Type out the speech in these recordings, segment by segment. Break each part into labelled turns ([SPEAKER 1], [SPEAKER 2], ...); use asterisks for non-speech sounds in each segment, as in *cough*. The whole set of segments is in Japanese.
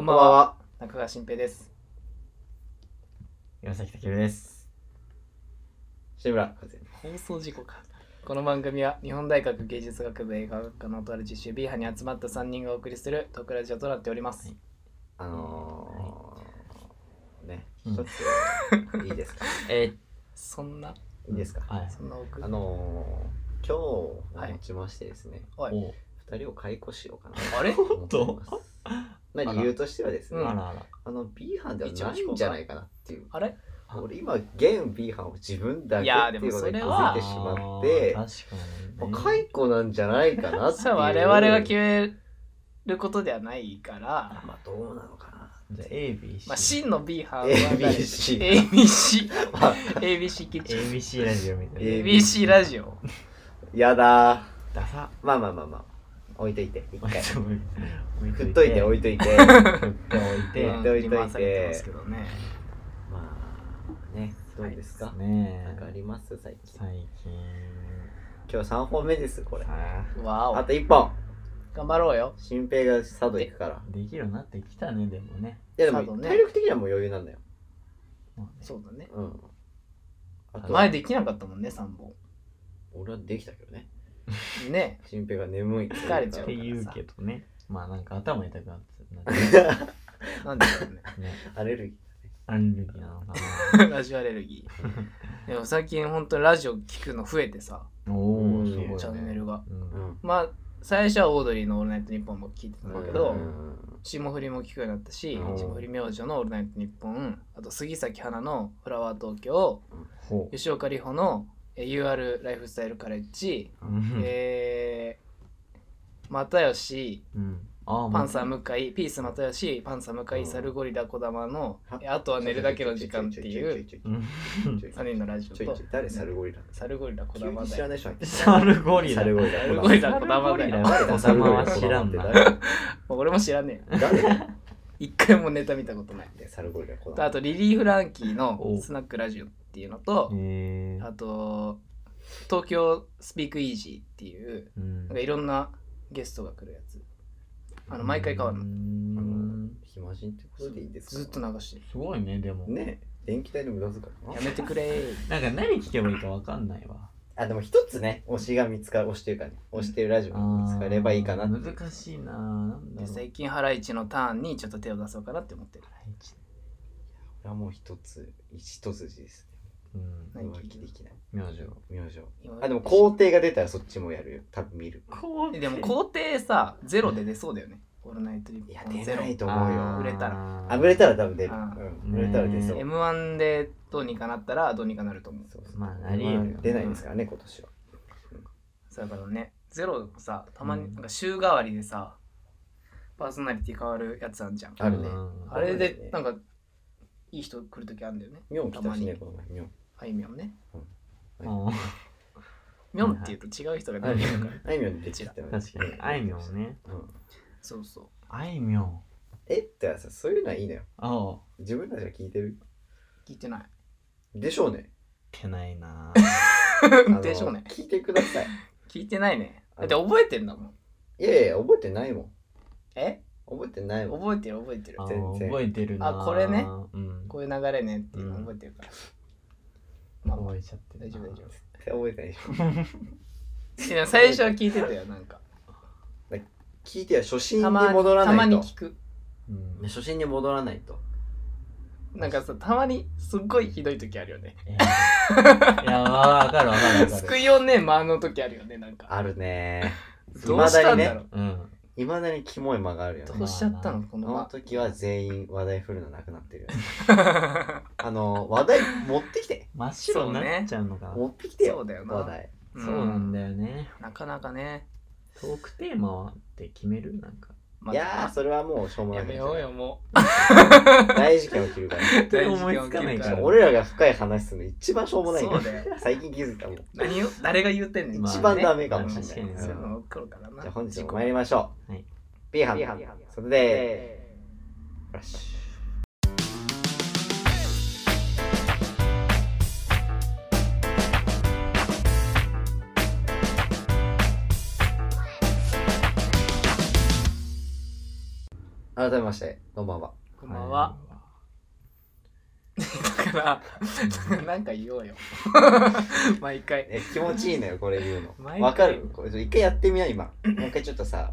[SPEAKER 1] こ
[SPEAKER 2] ん
[SPEAKER 1] ん
[SPEAKER 2] ば
[SPEAKER 1] ば
[SPEAKER 2] ん
[SPEAKER 1] ん
[SPEAKER 2] は。
[SPEAKER 1] は。中川新平です。
[SPEAKER 2] 岩崎武です。志村和也。
[SPEAKER 1] 放送事故か。この番組は日本大学芸術学部映画学科のとある実習 B 班に集まった3人がお送りするトークラジオとなっております。
[SPEAKER 2] あのー、ね、
[SPEAKER 3] うん
[SPEAKER 2] 一つ、いいですかえ
[SPEAKER 1] そんな、
[SPEAKER 2] ーいいですか
[SPEAKER 3] はい。
[SPEAKER 1] そんな奥
[SPEAKER 2] あ。のー、今日を
[SPEAKER 1] はい
[SPEAKER 2] もちましてですね、
[SPEAKER 1] はい
[SPEAKER 3] おう
[SPEAKER 2] 二人を解雇しようかな
[SPEAKER 1] あれ
[SPEAKER 2] と思っております。まあ
[SPEAKER 3] あら
[SPEAKER 2] 理由としてはですね、
[SPEAKER 1] うん
[SPEAKER 3] あらあら。
[SPEAKER 2] あの B 班ではないんじゃないかなっていう。
[SPEAKER 1] あれ
[SPEAKER 2] 俺今、現 B 班を自分だけ
[SPEAKER 1] いやー
[SPEAKER 2] っていうことに気
[SPEAKER 1] でもそれは
[SPEAKER 2] づいてしまって、
[SPEAKER 3] あー
[SPEAKER 2] もう
[SPEAKER 3] 確かに、ね。
[SPEAKER 2] 解雇なんじゃない
[SPEAKER 1] *laughs*
[SPEAKER 2] かなってい
[SPEAKER 1] さ
[SPEAKER 2] う。
[SPEAKER 1] あ我々が決めることではないから、
[SPEAKER 2] まあどうなのかな。
[SPEAKER 3] じゃあ A、B、C。
[SPEAKER 1] まあ、真の B 班は
[SPEAKER 2] *laughs*
[SPEAKER 1] 誰
[SPEAKER 2] ABC。
[SPEAKER 1] ABC。
[SPEAKER 2] まあ
[SPEAKER 1] ABC キッチン。
[SPEAKER 3] A、B、C ラジオみたいな。
[SPEAKER 2] A
[SPEAKER 1] ABC ラジオ。
[SPEAKER 2] やだー。
[SPEAKER 3] ダサ。
[SPEAKER 2] まあまあまあまあ。置いといて、一回。振
[SPEAKER 3] 振
[SPEAKER 2] っと
[SPEAKER 1] *laughs*
[SPEAKER 2] いて、置
[SPEAKER 3] 置い
[SPEAKER 2] いといて。
[SPEAKER 3] て。振って置いて。
[SPEAKER 2] やっておいと
[SPEAKER 1] うん振り
[SPEAKER 2] いて
[SPEAKER 1] 回されますけどね。
[SPEAKER 2] まあ、ね、どうですか、
[SPEAKER 3] ね
[SPEAKER 2] なんかあ
[SPEAKER 3] え。
[SPEAKER 2] ります最近。
[SPEAKER 3] 最近。
[SPEAKER 2] 今日3本目です、これ。
[SPEAKER 3] さ
[SPEAKER 1] わ
[SPEAKER 2] あ
[SPEAKER 1] お
[SPEAKER 2] と。1本。
[SPEAKER 1] 頑張ろうよ。
[SPEAKER 2] 新平が佐渡行くから
[SPEAKER 3] あ。、できるようになってきたね、でもね。
[SPEAKER 2] いやで
[SPEAKER 1] 佐渡
[SPEAKER 2] も、
[SPEAKER 1] ね
[SPEAKER 2] 体力的にはもう余裕なんだよ。
[SPEAKER 3] まあね
[SPEAKER 1] そうだね。
[SPEAKER 2] うん。あと、
[SPEAKER 1] 前できなかったもんね、3本。
[SPEAKER 2] 俺はできたけどね。
[SPEAKER 1] ね。
[SPEAKER 2] 新平が眠い。
[SPEAKER 1] 疲れちゃ
[SPEAKER 3] って言うけどね。まあなんか頭痛くなってなっ
[SPEAKER 1] なんでしょうね。
[SPEAKER 3] てね。
[SPEAKER 2] アレルギ
[SPEAKER 3] アレルギーなのか
[SPEAKER 1] ラジオアレルギー。でも最近本当にラジオ聞くの増えてさ、
[SPEAKER 3] な。おお、すごい、
[SPEAKER 2] う
[SPEAKER 3] ね。
[SPEAKER 2] ん
[SPEAKER 1] チャンネルが。
[SPEAKER 3] う。
[SPEAKER 2] ー。うんん。
[SPEAKER 1] まあ、最初はオードリーの「オールナイトニッポン」も聞いてたんだけど、
[SPEAKER 2] うん
[SPEAKER 1] 霜降りも聞くようになったし
[SPEAKER 2] うん、
[SPEAKER 1] 霜降り明星の「オールナイトニッポン」、あと杉咲花の「フラワー東京
[SPEAKER 3] ほ」、
[SPEAKER 1] 吉岡里帆のえー UR ライフスタイルカレッジ、
[SPEAKER 3] う。うん
[SPEAKER 1] えー、又吉、
[SPEAKER 3] うん。ああ、
[SPEAKER 1] パンサー向井、ピース又吉、パンサー向井、サルゴリラ小玉の
[SPEAKER 2] は、
[SPEAKER 1] えーあとは寝るだけの時間っていう。
[SPEAKER 2] ちょいち
[SPEAKER 3] う
[SPEAKER 2] ょい
[SPEAKER 3] ん。
[SPEAKER 2] ちょいちょいちょいちょい
[SPEAKER 1] 3人のラジオ
[SPEAKER 2] ちょい
[SPEAKER 1] と
[SPEAKER 2] ちょい誰サルゴリラ
[SPEAKER 1] サルゴリラ小
[SPEAKER 2] 急
[SPEAKER 1] 玉
[SPEAKER 2] に知
[SPEAKER 1] だ
[SPEAKER 2] ら
[SPEAKER 1] よ
[SPEAKER 2] ない人入ってきた
[SPEAKER 3] サルゴリラ。
[SPEAKER 2] サルゴリラ。
[SPEAKER 1] サルゴリラ
[SPEAKER 3] サルゴリラは
[SPEAKER 2] サルゴリ
[SPEAKER 3] は
[SPEAKER 2] ラ。
[SPEAKER 3] 知らんな。
[SPEAKER 1] もう俺も知らねえ
[SPEAKER 2] 誰
[SPEAKER 1] 一回もネタ見たことない
[SPEAKER 2] でサルゴリラこ
[SPEAKER 1] とあ
[SPEAKER 2] と。
[SPEAKER 1] とリリー・フランキー
[SPEAKER 3] お
[SPEAKER 1] の
[SPEAKER 3] う
[SPEAKER 1] スナックラジオっていうのと
[SPEAKER 3] へえ。
[SPEAKER 1] あと東京スピークイージーっていう
[SPEAKER 3] うん
[SPEAKER 1] なんかいろんなゲストが来るやつあの毎回変わるの
[SPEAKER 3] う
[SPEAKER 2] あの
[SPEAKER 3] ん
[SPEAKER 2] 暇人ってことでいいんですか
[SPEAKER 1] ずっと流してる
[SPEAKER 3] すごいね、でも。
[SPEAKER 2] ね電気代の無駄遣いか
[SPEAKER 1] や
[SPEAKER 2] *laughs* な
[SPEAKER 1] めてくれ
[SPEAKER 3] なんか何聞けばいいかわかんないわ。
[SPEAKER 2] あでも一つね推しが見つかる推しというかね推してるラジオが見つかればいいかな
[SPEAKER 3] あ
[SPEAKER 2] って
[SPEAKER 3] ー難しいな。なん
[SPEAKER 1] で
[SPEAKER 3] だろう。
[SPEAKER 1] 最近ハライチのターンにちょっと手を出そうかなって思ってる
[SPEAKER 2] これはもう一つ一筋です
[SPEAKER 3] うん。
[SPEAKER 2] ね
[SPEAKER 1] 何
[SPEAKER 2] 浮気できない
[SPEAKER 3] 明星。
[SPEAKER 2] 明星
[SPEAKER 1] 今
[SPEAKER 2] あでも工程が出たらそっちもやるよ多分見る
[SPEAKER 3] こ
[SPEAKER 1] でも工程さゼロで出そうだよねオールナイトリ
[SPEAKER 2] い
[SPEAKER 1] ッ
[SPEAKER 2] や
[SPEAKER 1] プ
[SPEAKER 2] 出
[SPEAKER 1] ゼロ
[SPEAKER 2] ないと思う
[SPEAKER 1] 売
[SPEAKER 2] よ
[SPEAKER 1] れたら
[SPEAKER 3] ら
[SPEAKER 2] あぶれたら多分出る
[SPEAKER 1] あ
[SPEAKER 2] うん売れたら出そう
[SPEAKER 1] m 1でどうにかなったらどうにかなると思う
[SPEAKER 2] そうそう
[SPEAKER 3] まあなり得るよね
[SPEAKER 2] 出ないですからね今年は
[SPEAKER 1] そうだからねゼロさたま
[SPEAKER 3] う
[SPEAKER 1] に
[SPEAKER 3] ん
[SPEAKER 1] なんか週替わりでさパーソナリティ変わるやつあんじゃん
[SPEAKER 2] あるね
[SPEAKER 3] うん
[SPEAKER 1] あれ
[SPEAKER 2] そうだよ
[SPEAKER 1] で
[SPEAKER 2] ね
[SPEAKER 1] なんかいい人来るときあるんだよね
[SPEAKER 2] ミョン来たしね
[SPEAKER 1] た
[SPEAKER 2] この前ミョン
[SPEAKER 1] あいみょんね
[SPEAKER 3] うん
[SPEAKER 1] みょんっていうと違う人が出てくるから
[SPEAKER 2] あいみょん出てきたよね
[SPEAKER 3] 確かに。あいみょんね。
[SPEAKER 2] うん
[SPEAKER 1] *laughs* そうそう
[SPEAKER 3] あいみょん。
[SPEAKER 2] えってさそういうのはいいのよ
[SPEAKER 3] ああ。
[SPEAKER 2] 自分たちが聞いてる
[SPEAKER 1] 聞いてない
[SPEAKER 2] でしょうね
[SPEAKER 3] けないな。
[SPEAKER 2] あの
[SPEAKER 1] でしょうね
[SPEAKER 2] 聞いてください *laughs*
[SPEAKER 1] 聞いてないね
[SPEAKER 2] あ
[SPEAKER 1] だって覚えてんだもん
[SPEAKER 2] いやいや覚えてないもん
[SPEAKER 1] え
[SPEAKER 2] 覚えてないもん
[SPEAKER 1] 覚えてる覚えてる
[SPEAKER 3] あ
[SPEAKER 2] *laughs* 全然
[SPEAKER 3] 覚えてるな。
[SPEAKER 1] あこれね
[SPEAKER 3] うん。
[SPEAKER 1] こういう流れねっていうの覚えてるから、まあまあ
[SPEAKER 3] 覚えちゃってる
[SPEAKER 1] 大
[SPEAKER 3] な。
[SPEAKER 1] 丈夫大丈
[SPEAKER 2] 絶対覚えてないでしょ
[SPEAKER 1] 夫いや最初は聞いてたよなんか
[SPEAKER 2] 聞いては初心に
[SPEAKER 1] たま
[SPEAKER 2] 戻ら
[SPEAKER 1] たま
[SPEAKER 2] ない
[SPEAKER 1] に
[SPEAKER 2] と
[SPEAKER 1] 聞く
[SPEAKER 3] うん
[SPEAKER 2] 初心に戻らないと
[SPEAKER 1] なんかさたまにすっごいひどい時あるよね
[SPEAKER 3] いや、わかるわかるわか
[SPEAKER 1] 救
[SPEAKER 3] る。
[SPEAKER 1] いをね間の時あるよねなんか
[SPEAKER 2] あ
[SPEAKER 1] *laughs*
[SPEAKER 2] るね
[SPEAKER 1] どうしたんだろう、
[SPEAKER 3] うん。
[SPEAKER 2] いまだにキモい間があるよ
[SPEAKER 1] ど
[SPEAKER 3] 未だにね
[SPEAKER 2] ね
[SPEAKER 1] うしちゃったのこ
[SPEAKER 2] あ
[SPEAKER 1] の
[SPEAKER 2] の
[SPEAKER 1] 間
[SPEAKER 2] 時は全員話題振るのなくなってるよねあの話題持ってき
[SPEAKER 1] *laughs*
[SPEAKER 2] て
[SPEAKER 3] 真っ白になっちゃうのかな。
[SPEAKER 2] 持ってきて
[SPEAKER 1] そ
[SPEAKER 2] よ
[SPEAKER 1] うだよな
[SPEAKER 2] 話題
[SPEAKER 1] う
[SPEAKER 3] そうなんだよね。
[SPEAKER 1] なかなかね、
[SPEAKER 3] トークテーマはって決めるなんか。
[SPEAKER 1] まあ
[SPEAKER 2] いやーそれはもうしょうもな
[SPEAKER 1] や
[SPEAKER 2] い
[SPEAKER 1] めようよも
[SPEAKER 2] 大事件起きるから
[SPEAKER 1] *laughs*
[SPEAKER 3] 本当に思いつかない
[SPEAKER 2] し
[SPEAKER 3] か。
[SPEAKER 2] からも俺らが深い話するの一番しょう
[SPEAKER 1] う
[SPEAKER 2] もないん
[SPEAKER 1] そう
[SPEAKER 2] だよ
[SPEAKER 1] だよ
[SPEAKER 2] 最近気づいたもん
[SPEAKER 1] 何を誰が言ってんねん、
[SPEAKER 3] まあ
[SPEAKER 2] 一
[SPEAKER 3] ね
[SPEAKER 2] 番ダメかもしれ
[SPEAKER 3] 確か
[SPEAKER 2] ない
[SPEAKER 3] に。
[SPEAKER 1] そういうの起こるからな
[SPEAKER 2] じゃあ本日
[SPEAKER 1] 事
[SPEAKER 2] も
[SPEAKER 1] 故
[SPEAKER 2] 参りましょう。
[SPEAKER 3] はい
[SPEAKER 2] B 班、それで、よし。改めまして、こんばんは。
[SPEAKER 1] こんばんは。だからなんか言おうよ毎回
[SPEAKER 2] え、気持ちいいのよ、これ言う
[SPEAKER 1] 毎回
[SPEAKER 2] の。わかるこれ一回やってみな、今。もう一回ちょっとさ、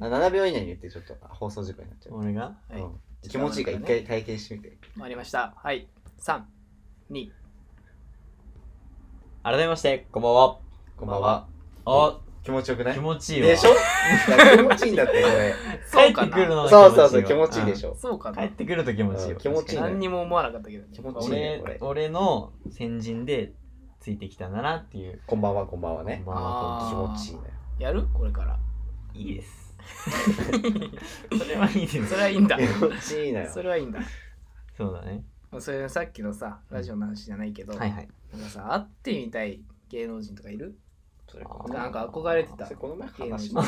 [SPEAKER 2] あ7秒以内に言って、ちょっとあ放送事故になっちゃう。
[SPEAKER 3] 俺が
[SPEAKER 1] はい
[SPEAKER 2] うん気持ちいいから一回体験してみて。
[SPEAKER 1] 終わりましたはい32
[SPEAKER 3] 改めまして、こんばんは。
[SPEAKER 2] こんばんは。
[SPEAKER 3] あ、
[SPEAKER 2] 気持ちよくない
[SPEAKER 3] 気持ちいいわ。
[SPEAKER 2] でしょいや気持ちいいんだって、こ *laughs* れ。
[SPEAKER 1] そう
[SPEAKER 3] 帰っ
[SPEAKER 1] か
[SPEAKER 3] てくるの
[SPEAKER 1] な
[SPEAKER 3] が
[SPEAKER 2] そうそうそう、気持ちいいでし
[SPEAKER 3] ょ。
[SPEAKER 2] ょ。
[SPEAKER 1] そうか
[SPEAKER 3] うん帰
[SPEAKER 1] な
[SPEAKER 3] ってくると気持ちいいわ。
[SPEAKER 2] 気持ちいいね
[SPEAKER 1] 何にも思わなかったけど
[SPEAKER 2] 気持ちいいね
[SPEAKER 3] 俺
[SPEAKER 2] これ
[SPEAKER 3] 俺の先人でついてきたんだなっていう。
[SPEAKER 2] こんばんは、こんばんはね。
[SPEAKER 3] こんばんは
[SPEAKER 1] あ
[SPEAKER 2] 気
[SPEAKER 1] ー
[SPEAKER 2] 持ちいいのよ。
[SPEAKER 1] やるこれから
[SPEAKER 3] いいです。 *laughs* それはいいです。
[SPEAKER 1] それはいいんだ *laughs*
[SPEAKER 2] 気持ちいいのよ。
[SPEAKER 1] それはいいんだ
[SPEAKER 3] そうだね。
[SPEAKER 1] それさっきのさラジオの話じゃないけど、
[SPEAKER 3] はいはい。
[SPEAKER 1] なんかさ会ってみたい芸能人とかいる
[SPEAKER 2] それ
[SPEAKER 3] あー
[SPEAKER 1] なんか憧れてた
[SPEAKER 2] それこの前
[SPEAKER 1] 芸能
[SPEAKER 2] 話し
[SPEAKER 1] 人
[SPEAKER 2] ま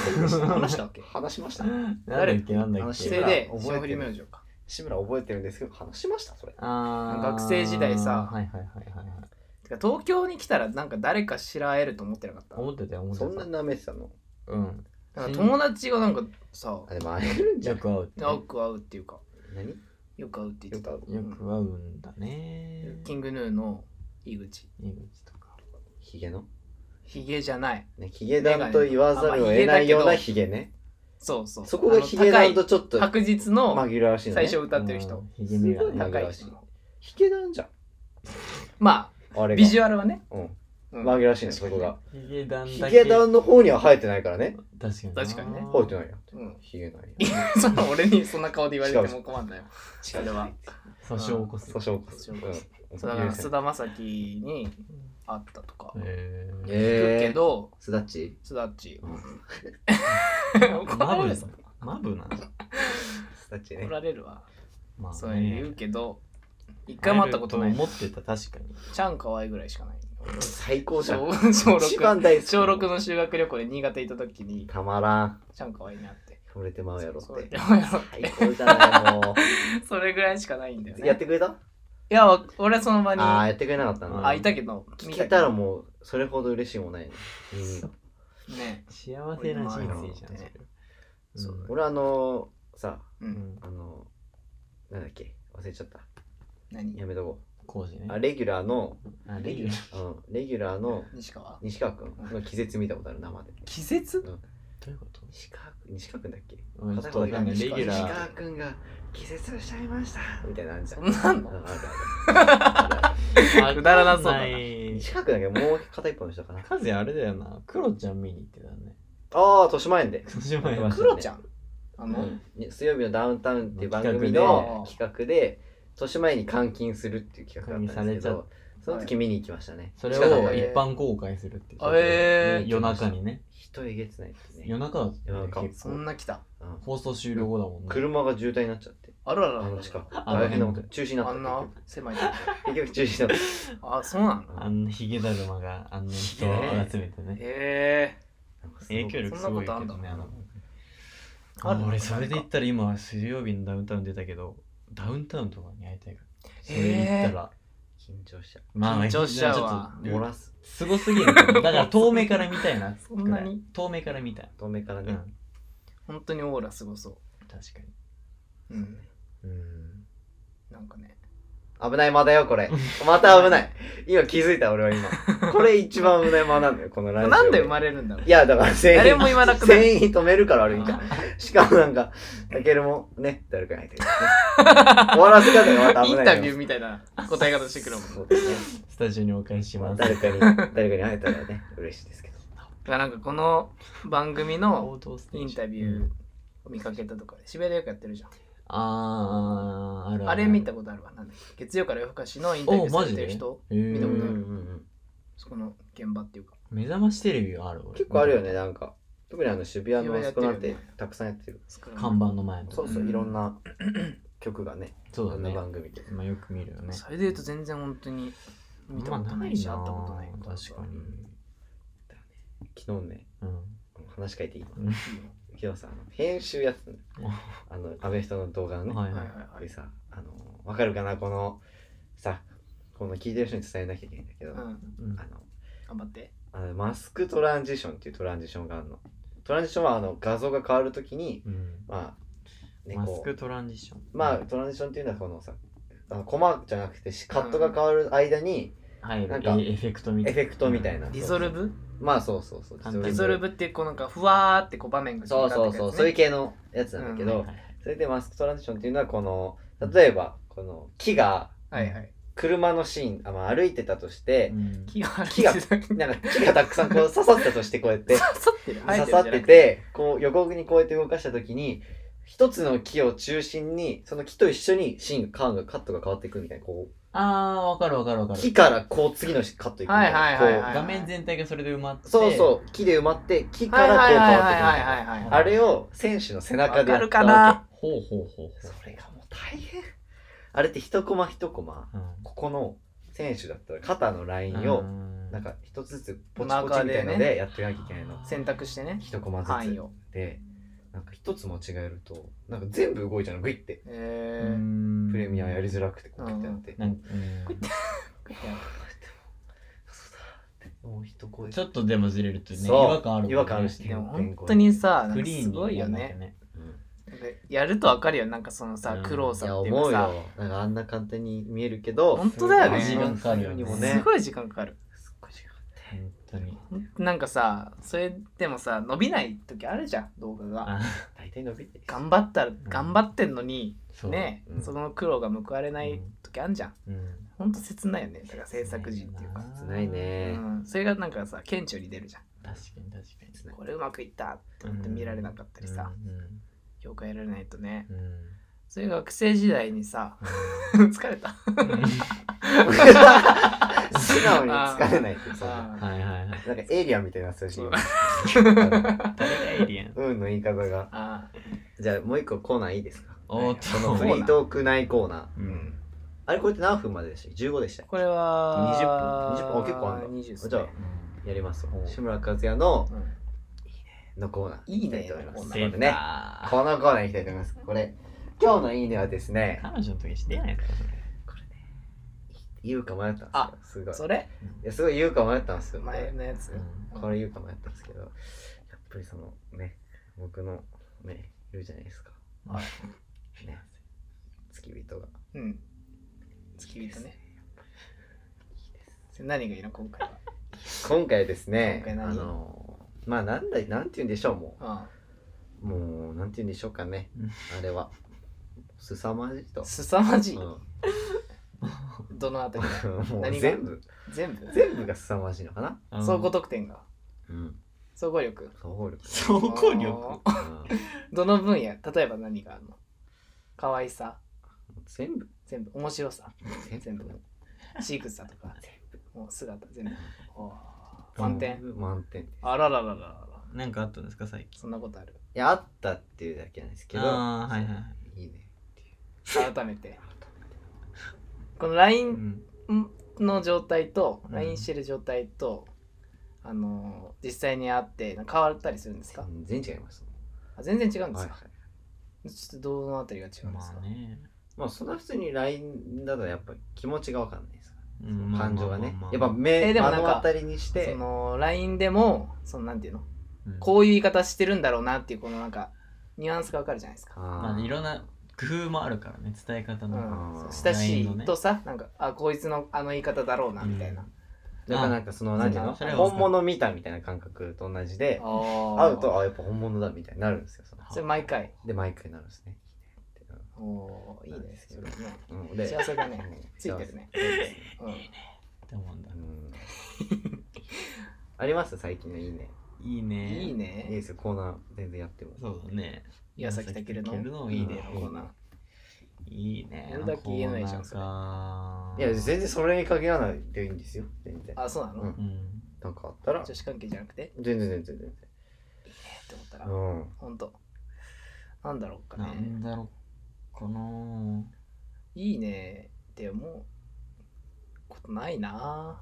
[SPEAKER 1] 話し
[SPEAKER 2] したた。
[SPEAKER 1] わけ
[SPEAKER 2] *laughs* 話しました。
[SPEAKER 3] *laughs* なんだっけなんだっ
[SPEAKER 2] 話
[SPEAKER 1] そ
[SPEAKER 2] し
[SPEAKER 3] け
[SPEAKER 2] て
[SPEAKER 1] れ
[SPEAKER 2] る
[SPEAKER 1] で
[SPEAKER 2] 覚えてる
[SPEAKER 1] 霜降り明星か
[SPEAKER 2] 志村覚えてるんですけど、話しました、それ。
[SPEAKER 3] あー
[SPEAKER 1] 学生時代さ
[SPEAKER 3] はいはいはいはいはい。
[SPEAKER 1] てか東京に来たらなんか誰か知らえると思ってなかった
[SPEAKER 3] 思ってたよ、思ってた。
[SPEAKER 2] そんな舐めてたの
[SPEAKER 3] うん。
[SPEAKER 1] なんか友達がなんかさ
[SPEAKER 2] あ、でも会えるんじゃ
[SPEAKER 3] よ
[SPEAKER 2] ん。
[SPEAKER 3] く会うってね。
[SPEAKER 1] よく会うっていうか
[SPEAKER 2] *laughs* 何
[SPEAKER 1] よく会うって言
[SPEAKER 2] よ
[SPEAKER 1] っ
[SPEAKER 2] く
[SPEAKER 1] てた
[SPEAKER 2] 会う。
[SPEAKER 3] よく会うんだね。
[SPEAKER 1] キングヌーの井口
[SPEAKER 3] 井口とか。
[SPEAKER 2] ヒゲの
[SPEAKER 1] ヒゲじゃない
[SPEAKER 2] ね、ヒゲダンと言わざるを得ないようなヒゲね。
[SPEAKER 1] そうそう
[SPEAKER 2] そこがヒゲダン
[SPEAKER 1] あ
[SPEAKER 2] と
[SPEAKER 1] の
[SPEAKER 2] ちょっと
[SPEAKER 1] 高い白日の
[SPEAKER 2] 紛らわしいの
[SPEAKER 1] 最
[SPEAKER 2] ね。
[SPEAKER 1] 初歌ってる人
[SPEAKER 3] うん。ひげ目が
[SPEAKER 2] すごい
[SPEAKER 1] 高
[SPEAKER 3] ね。
[SPEAKER 2] 紛ら
[SPEAKER 1] い
[SPEAKER 2] わしい
[SPEAKER 1] 人
[SPEAKER 2] ヒゲダンじゃん。
[SPEAKER 1] ま
[SPEAKER 2] あ
[SPEAKER 1] あ
[SPEAKER 2] れが。
[SPEAKER 1] ビジュアルはね
[SPEAKER 2] うん。
[SPEAKER 1] うん
[SPEAKER 2] 紛らわしいね、そこが。
[SPEAKER 3] ヒゲダン
[SPEAKER 2] ヒ
[SPEAKER 3] だけ。
[SPEAKER 2] ゲダンの方には生えてないからね。
[SPEAKER 3] 確かにな。
[SPEAKER 1] 確かにね
[SPEAKER 2] 生えてないよ。
[SPEAKER 1] うん
[SPEAKER 2] ヒゲないよ。 *laughs*
[SPEAKER 1] その俺にそんな顔で言われても困んないよそれは
[SPEAKER 3] 訴訟を起こす。
[SPEAKER 2] 訴訟を起こす。
[SPEAKER 1] 訴訟を起こす
[SPEAKER 2] うん
[SPEAKER 1] そうだから
[SPEAKER 2] 許せ
[SPEAKER 1] 菅
[SPEAKER 2] ない
[SPEAKER 1] 田将暉に会ったとか
[SPEAKER 3] えー
[SPEAKER 1] 行くけ
[SPEAKER 2] えー。
[SPEAKER 1] ど
[SPEAKER 2] すだっち
[SPEAKER 1] すだっち
[SPEAKER 2] うん
[SPEAKER 1] *laughs* 怒
[SPEAKER 3] マ
[SPEAKER 1] られ
[SPEAKER 3] ブ
[SPEAKER 1] るぞ
[SPEAKER 3] マブなんだ。
[SPEAKER 2] すだっちね
[SPEAKER 1] 怒。られるわ
[SPEAKER 3] まあね
[SPEAKER 1] そう言うけど一回も会ったことな
[SPEAKER 3] 会え
[SPEAKER 1] い
[SPEAKER 3] る思ってた、確かに。
[SPEAKER 1] ちゃんかわいぐらいしかない
[SPEAKER 2] 最高じゃん。
[SPEAKER 1] 小小
[SPEAKER 2] 一
[SPEAKER 1] 6
[SPEAKER 2] 番大好き。
[SPEAKER 1] 小6の修学旅行で新潟行った時に
[SPEAKER 2] たまらん。
[SPEAKER 1] ちゃんかわいいなって
[SPEAKER 2] 惚れてまうやろ
[SPEAKER 1] そう
[SPEAKER 2] って。
[SPEAKER 1] そう *laughs* やろって
[SPEAKER 2] 最高じゃないも *laughs*
[SPEAKER 1] それぐらいしかないんだよ
[SPEAKER 2] う。
[SPEAKER 1] ね
[SPEAKER 2] やってくれた
[SPEAKER 1] いやわ俺はその場に
[SPEAKER 2] ああ、やってくれなかったな。
[SPEAKER 1] あいたけど
[SPEAKER 2] 聞けたらもう、それほど嬉しいもんないね。耳が
[SPEAKER 1] ね
[SPEAKER 3] 幸せな人生じゃん、それ。
[SPEAKER 1] そうん
[SPEAKER 2] 俺あのさ、
[SPEAKER 1] う
[SPEAKER 3] うんん。
[SPEAKER 2] あのなんだっけ忘れちゃった
[SPEAKER 1] 何
[SPEAKER 2] やめとこ
[SPEAKER 3] 工事ね
[SPEAKER 2] う。あレギュラーの、
[SPEAKER 3] あ
[SPEAKER 1] レギュラー
[SPEAKER 2] うん、レギュラーの
[SPEAKER 1] 西川
[SPEAKER 2] 西川くんの気絶見たことある生で
[SPEAKER 1] 気絶
[SPEAKER 3] どういうこと
[SPEAKER 2] 西川くん西川くんだっけ
[SPEAKER 3] うんちょっとわかんない。レギュ
[SPEAKER 2] 西
[SPEAKER 3] ラ
[SPEAKER 2] 川
[SPEAKER 3] ー。
[SPEAKER 2] くんが気絶しちゃいましたみたいなのあるじゃん
[SPEAKER 1] そんなん
[SPEAKER 2] う
[SPEAKER 1] の
[SPEAKER 2] ん *laughs* あるあるある
[SPEAKER 1] くだらなそうだな
[SPEAKER 3] わかい
[SPEAKER 2] 西川くんだけどもう片一方の人かな
[SPEAKER 3] カズヤあれだよな。クロちゃん見に行ってたね。
[SPEAKER 2] ああ豊島園で
[SPEAKER 3] 年前は
[SPEAKER 2] まし
[SPEAKER 1] ク
[SPEAKER 2] た
[SPEAKER 1] ロちゃんあの、
[SPEAKER 2] ね水曜日のダウンタウンっていう番組
[SPEAKER 1] 企画
[SPEAKER 2] の
[SPEAKER 1] で
[SPEAKER 2] 企画で豊島園に監禁するっていう企画だったんですけ
[SPEAKER 3] 監禁
[SPEAKER 2] どその時見に行きましたね
[SPEAKER 3] それ
[SPEAKER 2] 近かっ
[SPEAKER 3] を
[SPEAKER 2] た
[SPEAKER 3] 一
[SPEAKER 2] ね
[SPEAKER 3] 般公開するっていう。
[SPEAKER 1] あえ
[SPEAKER 2] ー
[SPEAKER 3] 夜中にね。
[SPEAKER 2] 人えげつないですね
[SPEAKER 3] 夜中だった
[SPEAKER 2] 夜
[SPEAKER 3] よね
[SPEAKER 2] 中
[SPEAKER 3] 結
[SPEAKER 1] そん
[SPEAKER 3] 構。
[SPEAKER 1] な来た
[SPEAKER 2] うん
[SPEAKER 3] 放送終了後だもんね。
[SPEAKER 2] 車が渋滞になっちゃって
[SPEAKER 1] あららら
[SPEAKER 2] あ
[SPEAKER 1] ら
[SPEAKER 2] の近く
[SPEAKER 3] あの
[SPEAKER 2] 大変なこと中止にな
[SPEAKER 1] あ
[SPEAKER 2] っ
[SPEAKER 1] んな
[SPEAKER 2] た
[SPEAKER 1] 狭いとこ
[SPEAKER 2] 結局結局中止になっ
[SPEAKER 1] あそうなの
[SPEAKER 3] あんなヒゲだるまがあんな人を集めてね。
[SPEAKER 1] へえ
[SPEAKER 2] た
[SPEAKER 3] *laughs* 影響力すごいけ
[SPEAKER 1] そんなこ
[SPEAKER 3] ど
[SPEAKER 1] と
[SPEAKER 3] ね、
[SPEAKER 1] あ
[SPEAKER 3] あ
[SPEAKER 1] んだ
[SPEAKER 3] の。
[SPEAKER 1] あるの
[SPEAKER 3] 俺、それで言ったら今、水曜日のダウンタウン出たけど、ダウンタウンとかに会いたいから。それで言ったら、
[SPEAKER 2] 緊張しちゃう
[SPEAKER 3] まあ、
[SPEAKER 1] 緊張しちゃうわ
[SPEAKER 3] ちょっ
[SPEAKER 2] 漏
[SPEAKER 3] と
[SPEAKER 2] らす
[SPEAKER 3] すごすぎるんだよ。だから遠目から見たいな。
[SPEAKER 1] そんなに
[SPEAKER 3] 遠目から見たい。
[SPEAKER 2] 遠目から
[SPEAKER 3] うん、
[SPEAKER 2] ね
[SPEAKER 3] 確
[SPEAKER 1] 本当にオーラすごそ
[SPEAKER 3] か
[SPEAKER 1] ううん
[SPEAKER 3] に。うん。
[SPEAKER 1] なんかね
[SPEAKER 2] 危ない間だよこ *laughs* れまた危ない今気づいた俺は今これ一番危ない間なんだよこのラジオ
[SPEAKER 1] なんで生まれるんだろう
[SPEAKER 2] いやだから全
[SPEAKER 1] 誰
[SPEAKER 2] 員
[SPEAKER 1] も言わなくなる
[SPEAKER 2] 全員止めるから悪いんだ
[SPEAKER 1] あ
[SPEAKER 2] しかもなんかたけるもね誰かに入ってる、ね、終わらせ方がまた
[SPEAKER 1] イ
[SPEAKER 2] 危
[SPEAKER 1] ン
[SPEAKER 2] ない
[SPEAKER 1] タ
[SPEAKER 2] よ
[SPEAKER 1] ビューみたいな答え方してくるもん
[SPEAKER 2] そうですね
[SPEAKER 3] スタジオにお返しし
[SPEAKER 2] まあ
[SPEAKER 3] ます。
[SPEAKER 2] 誰かに誰かに会えたらね嬉しいですけど
[SPEAKER 1] だからなんかこの番組のインタビュ
[SPEAKER 3] ー
[SPEAKER 1] ー。を見かけたとかで渋谷でよくやってるじゃん
[SPEAKER 3] あー、あるる
[SPEAKER 1] あれ見たことあるわなんだっけ月曜から夜更かしのインタビュー
[SPEAKER 3] お
[SPEAKER 1] さ
[SPEAKER 3] マ
[SPEAKER 1] れ
[SPEAKER 3] ジ
[SPEAKER 1] て
[SPEAKER 3] で
[SPEAKER 1] る人
[SPEAKER 3] えー
[SPEAKER 1] 見たことある
[SPEAKER 2] ん
[SPEAKER 1] そこの現場っていうか
[SPEAKER 3] 目覚ましテレビはある俺
[SPEAKER 2] 結構あるよねなんか特にあの渋谷のあそこなんてたくさんやってる
[SPEAKER 1] 作るの
[SPEAKER 3] 看板の前の
[SPEAKER 2] そうそういろんな *clears throat* 曲がねい
[SPEAKER 3] そう
[SPEAKER 2] ろ
[SPEAKER 3] だ
[SPEAKER 2] んな
[SPEAKER 3] ね
[SPEAKER 2] 番組で
[SPEAKER 3] まあよく見るよね
[SPEAKER 1] それで言うと全然本当に見たことないし会ったことないことだら
[SPEAKER 3] 確かに
[SPEAKER 2] 昨日ね
[SPEAKER 3] うん
[SPEAKER 2] 話変えてい
[SPEAKER 1] いい
[SPEAKER 2] い
[SPEAKER 1] よ
[SPEAKER 2] 昨日さあの編集やってたのよ
[SPEAKER 1] *laughs*
[SPEAKER 2] あのアメフトの動画のね
[SPEAKER 3] はい
[SPEAKER 1] は
[SPEAKER 3] はいい
[SPEAKER 1] はいは
[SPEAKER 2] で
[SPEAKER 1] い
[SPEAKER 2] さあのわかるかなこのさこの聞いてる人に伝えなきゃいけないんだけど
[SPEAKER 1] う
[SPEAKER 2] あの
[SPEAKER 1] ん
[SPEAKER 3] うん
[SPEAKER 1] 頑張って
[SPEAKER 2] あのマスクトランジションっていうトランジションがあるのトランジションはあの画像が変わるときに
[SPEAKER 3] うん
[SPEAKER 2] まあね
[SPEAKER 3] マ
[SPEAKER 2] こ
[SPEAKER 3] ス
[SPEAKER 2] う
[SPEAKER 3] クトランジション
[SPEAKER 2] まあトランジションっていうのはこのさあのコマじゃなくてしカットが変わる間に
[SPEAKER 3] はい
[SPEAKER 2] な
[SPEAKER 3] なんん
[SPEAKER 2] か
[SPEAKER 3] かエフェクトみた
[SPEAKER 2] エ
[SPEAKER 3] い
[SPEAKER 2] フ
[SPEAKER 3] な
[SPEAKER 2] ェクトみたいな、
[SPEAKER 1] ディゾルブ
[SPEAKER 2] まあそうそうそう
[SPEAKER 3] 簡単に
[SPEAKER 1] ディゾルブってこうなんかふわーってこう場面が切り
[SPEAKER 2] そう
[SPEAKER 1] 替
[SPEAKER 2] そ
[SPEAKER 1] わっ
[SPEAKER 2] う
[SPEAKER 1] てく
[SPEAKER 2] そ
[SPEAKER 1] や
[SPEAKER 2] う、
[SPEAKER 1] つね
[SPEAKER 2] そういう系のやつなんだけど、
[SPEAKER 3] はいはいはい
[SPEAKER 2] それでマスクトランジションっていうのはこの例えばこの木が
[SPEAKER 1] はいはい
[SPEAKER 2] 車のシーンあ、まあ、歩いてたとして、
[SPEAKER 3] うん
[SPEAKER 1] 木が
[SPEAKER 2] 木が
[SPEAKER 1] 刺さって
[SPEAKER 2] なんか木がたくさんこ
[SPEAKER 1] *laughs*
[SPEAKER 2] う刺さったとしてこうやって
[SPEAKER 1] 刺さってる生え
[SPEAKER 2] 刺
[SPEAKER 1] る
[SPEAKER 2] さっ
[SPEAKER 1] じゃな
[SPEAKER 2] て
[SPEAKER 1] くて
[SPEAKER 2] てこう横にこうやって動かした時に一つの木を中心にその木と一緒にシーンカーンがカットが変わっていくみたいなこ
[SPEAKER 3] あーわかるわかるわか
[SPEAKER 2] う
[SPEAKER 3] る
[SPEAKER 2] 木からこう次のカットいくみたいな、
[SPEAKER 1] はいはいはいはい
[SPEAKER 2] こう
[SPEAKER 3] 画面全体がそれで埋まって
[SPEAKER 2] そうそう木で埋まって木からこう変わっていくみ
[SPEAKER 1] はい
[SPEAKER 2] たい
[SPEAKER 1] はいは
[SPEAKER 2] ない
[SPEAKER 1] はいはい
[SPEAKER 2] あれを選手の背中でやった
[SPEAKER 1] わかるかな
[SPEAKER 3] ほうほうほう
[SPEAKER 2] それがもう大変あれって一コマ一コマ
[SPEAKER 3] ほう
[SPEAKER 2] ここの選手だったら肩のライ
[SPEAKER 3] うん
[SPEAKER 2] ンを
[SPEAKER 3] うん
[SPEAKER 2] なんか一つずつポチポチみたいのでやってなきゃいけないの
[SPEAKER 1] 選択してね
[SPEAKER 2] 一コマ
[SPEAKER 1] 範
[SPEAKER 2] ず
[SPEAKER 1] 囲
[SPEAKER 2] つ
[SPEAKER 1] を
[SPEAKER 2] でなんか一つ間違えるとなんか全部動いちゃうのグイって
[SPEAKER 3] う
[SPEAKER 1] えー
[SPEAKER 3] ん
[SPEAKER 2] プレミアやりづらくてこうグイってなって
[SPEAKER 3] なんうん
[SPEAKER 1] こうやって
[SPEAKER 2] そうだってもう一声
[SPEAKER 3] ちょっとでもずれるとね違
[SPEAKER 2] そう
[SPEAKER 3] 和感あるもんね
[SPEAKER 2] 違和感あるし
[SPEAKER 1] でも本当にさなん
[SPEAKER 3] ク
[SPEAKER 1] か
[SPEAKER 3] リーンに
[SPEAKER 1] すごいよ
[SPEAKER 3] やんなきゃ
[SPEAKER 1] ね
[SPEAKER 3] ね
[SPEAKER 2] うん
[SPEAKER 1] なんかやるとわかるよなんかそのさ
[SPEAKER 3] うん
[SPEAKER 1] 苦労
[SPEAKER 2] いや
[SPEAKER 1] さっていう
[SPEAKER 2] 思
[SPEAKER 1] か
[SPEAKER 2] う
[SPEAKER 1] さ
[SPEAKER 2] よなんかあんな簡単に見えるけど
[SPEAKER 1] 本当だよね
[SPEAKER 2] すごい時間かかるよ
[SPEAKER 3] にも
[SPEAKER 2] ね
[SPEAKER 1] すごい時間かかる
[SPEAKER 2] すっごい時間かかっ
[SPEAKER 3] 本当に
[SPEAKER 1] なんかさそれでもさ伸びない時あるじゃん動画が
[SPEAKER 3] あ
[SPEAKER 2] た大体伸びて
[SPEAKER 1] 頑張ったら頑張ってんのに
[SPEAKER 3] そう
[SPEAKER 1] ね
[SPEAKER 2] うん
[SPEAKER 1] その苦労が報われない時あんじゃん
[SPEAKER 3] うん
[SPEAKER 1] ほんと切ないよねだから制作陣っていうか
[SPEAKER 2] 切ないね
[SPEAKER 1] うんそれがなんかさ顕著に出るじゃん
[SPEAKER 3] 確かに確かに
[SPEAKER 1] これうまくいったって思って見られなかったりさ評価得られないとね
[SPEAKER 3] うんうんうん
[SPEAKER 1] それが学生時代にさ *laughs* 疲れた
[SPEAKER 2] 素直に疲れないっ
[SPEAKER 1] *laughs*
[SPEAKER 2] てさ
[SPEAKER 1] あー
[SPEAKER 3] はいはいはい
[SPEAKER 2] なんかエイリアンみたいになってたし
[SPEAKER 1] そう
[SPEAKER 3] 誰がエイリアン
[SPEAKER 2] うんの言い方が
[SPEAKER 1] あー
[SPEAKER 2] じゃあもう一個コーナーいいですか
[SPEAKER 3] おっと
[SPEAKER 2] このフリートーク内コーナー、
[SPEAKER 3] うん
[SPEAKER 2] あれこれって何分まででしたっけ15でしたっ
[SPEAKER 1] これは
[SPEAKER 2] 20分20分あ結構あんだ
[SPEAKER 1] 20ですね
[SPEAKER 2] じゃあ
[SPEAKER 3] うん
[SPEAKER 2] けやります
[SPEAKER 3] お
[SPEAKER 2] 志村和也の
[SPEAKER 1] うん
[SPEAKER 2] のコーナー
[SPEAKER 1] いいね
[SPEAKER 2] きたと思います
[SPEAKER 3] セーフ
[SPEAKER 2] ね
[SPEAKER 3] だ
[SPEAKER 2] このコーナーいきたいと思いますこれ今日のいいねはですね
[SPEAKER 3] 彼女の時してないですかそれ
[SPEAKER 2] 言うか迷ったんですよすごい
[SPEAKER 1] それ
[SPEAKER 2] いやすごい言うか迷ったんですよこ
[SPEAKER 1] 前
[SPEAKER 2] れ
[SPEAKER 1] のやつ
[SPEAKER 2] これ言うか迷ったんですけどやっぱりそのね僕のねいるじゃないですか
[SPEAKER 3] はい
[SPEAKER 2] ね付き人が
[SPEAKER 1] うん付き人ねそれ何がいいの今回は
[SPEAKER 2] 今回ですね
[SPEAKER 1] 今回
[SPEAKER 2] あ
[SPEAKER 1] 何
[SPEAKER 2] のまあなんだなんて言うんでしょうもう
[SPEAKER 1] あ
[SPEAKER 2] もう、なんて言うんでしょうかね
[SPEAKER 3] うん。
[SPEAKER 2] あれは。すさまじいと
[SPEAKER 1] あ。凄まじい
[SPEAKER 2] うん
[SPEAKER 1] どのあたりが *laughs*
[SPEAKER 2] も
[SPEAKER 1] 何が
[SPEAKER 2] う全部、
[SPEAKER 1] 全部
[SPEAKER 2] 全部がすさまじいのかな。
[SPEAKER 3] うん
[SPEAKER 1] 総合得点が
[SPEAKER 2] うん。
[SPEAKER 1] 総合力
[SPEAKER 2] 総合力。
[SPEAKER 3] 総合力
[SPEAKER 1] あー
[SPEAKER 2] うん
[SPEAKER 1] どの分野例えば何があるの可愛さ
[SPEAKER 2] 全部、
[SPEAKER 1] 全部面白さ全
[SPEAKER 2] 全
[SPEAKER 1] 部
[SPEAKER 2] 部。
[SPEAKER 1] 仕草とかもう姿全部おー
[SPEAKER 3] うん
[SPEAKER 1] 満点
[SPEAKER 2] 満点。い
[SPEAKER 1] あらららららら
[SPEAKER 3] なんかあったんですか最近
[SPEAKER 1] そんなことある
[SPEAKER 2] や、あったっていうだけなんですけど。
[SPEAKER 3] あーはいはい
[SPEAKER 2] いいね。
[SPEAKER 1] 改めてこの LINE
[SPEAKER 3] ん
[SPEAKER 1] の状態と
[SPEAKER 3] うん
[SPEAKER 1] LINE してる状態と、あのー実際に会ってなんか変わったりするんですか、
[SPEAKER 2] 全然違います。
[SPEAKER 1] あ全然違うんで
[SPEAKER 2] は
[SPEAKER 1] す
[SPEAKER 2] い
[SPEAKER 1] か、
[SPEAKER 2] はい
[SPEAKER 1] ちょっとどのあたりが違うんです
[SPEAKER 3] ま
[SPEAKER 1] か、
[SPEAKER 3] あね
[SPEAKER 2] まあ、そんな普通に LINE だとやっぱり気持ちがわかんないですから。
[SPEAKER 3] うんまあ
[SPEAKER 2] 感情がね
[SPEAKER 3] まあまあ。
[SPEAKER 2] やっぱ
[SPEAKER 1] え
[SPEAKER 2] 目、
[SPEAKER 1] でも
[SPEAKER 2] 目
[SPEAKER 1] なんか
[SPEAKER 2] の当たりにして
[SPEAKER 1] そ、の LINE でもそのなんていうの
[SPEAKER 3] うん
[SPEAKER 1] こういう言い方してるんだろうなっていうこのなんかニュアンスがわかるじゃないですか、
[SPEAKER 2] あ
[SPEAKER 3] まあ
[SPEAKER 2] ー
[SPEAKER 3] いろんな工夫もあるからね伝え方
[SPEAKER 1] う
[SPEAKER 3] の
[SPEAKER 1] ん、
[SPEAKER 2] あー
[SPEAKER 1] 親し
[SPEAKER 3] LINE の
[SPEAKER 1] い
[SPEAKER 3] ね
[SPEAKER 1] とさ、なんかあこいつのあの言い方だろうなみたいな、
[SPEAKER 3] うん
[SPEAKER 2] だからなんかその、
[SPEAKER 3] あ
[SPEAKER 2] なんていうの
[SPEAKER 3] それはわかる
[SPEAKER 2] 本物見たみたいな感覚と同じで、
[SPEAKER 1] あ
[SPEAKER 2] 会
[SPEAKER 1] ー
[SPEAKER 2] うと、あ、やっぱ本物だみたいになるんですよ。その
[SPEAKER 1] それ毎回
[SPEAKER 2] で、毎回なるんですね。
[SPEAKER 1] おーいい
[SPEAKER 2] なん
[SPEAKER 1] ね
[SPEAKER 2] ですけ
[SPEAKER 1] そ
[SPEAKER 2] ど
[SPEAKER 1] れね
[SPEAKER 2] うんで
[SPEAKER 1] 幸せだね
[SPEAKER 2] うん
[SPEAKER 1] ついてるね
[SPEAKER 2] 幸せそうですね
[SPEAKER 1] うん
[SPEAKER 3] って思うんだ
[SPEAKER 2] うんあります最近のいいね。
[SPEAKER 3] いいね
[SPEAKER 1] いい
[SPEAKER 2] いいで
[SPEAKER 1] ね
[SPEAKER 2] すよ、コーナー全然やっても。
[SPEAKER 3] そうだね
[SPEAKER 1] 岩崎健の
[SPEAKER 3] の
[SPEAKER 1] い
[SPEAKER 3] い
[SPEAKER 1] い
[SPEAKER 3] い
[SPEAKER 1] ねの
[SPEAKER 3] ね
[SPEAKER 1] コーナー
[SPEAKER 3] いいね
[SPEAKER 1] 俺だけ言えないじゃんそれ
[SPEAKER 2] いや、全然
[SPEAKER 3] そ
[SPEAKER 2] それに限らないでいいんですよ。全然。
[SPEAKER 1] あそうなの、
[SPEAKER 2] うん
[SPEAKER 3] うん
[SPEAKER 2] なんかあったら、
[SPEAKER 1] 女子関係じゃなくて
[SPEAKER 2] 全然全然全然。
[SPEAKER 1] えーって思ったら、
[SPEAKER 2] うん。
[SPEAKER 1] ほんとなんだろうか
[SPEAKER 3] な
[SPEAKER 1] ね
[SPEAKER 3] んだろうかない
[SPEAKER 1] いねって思うことないな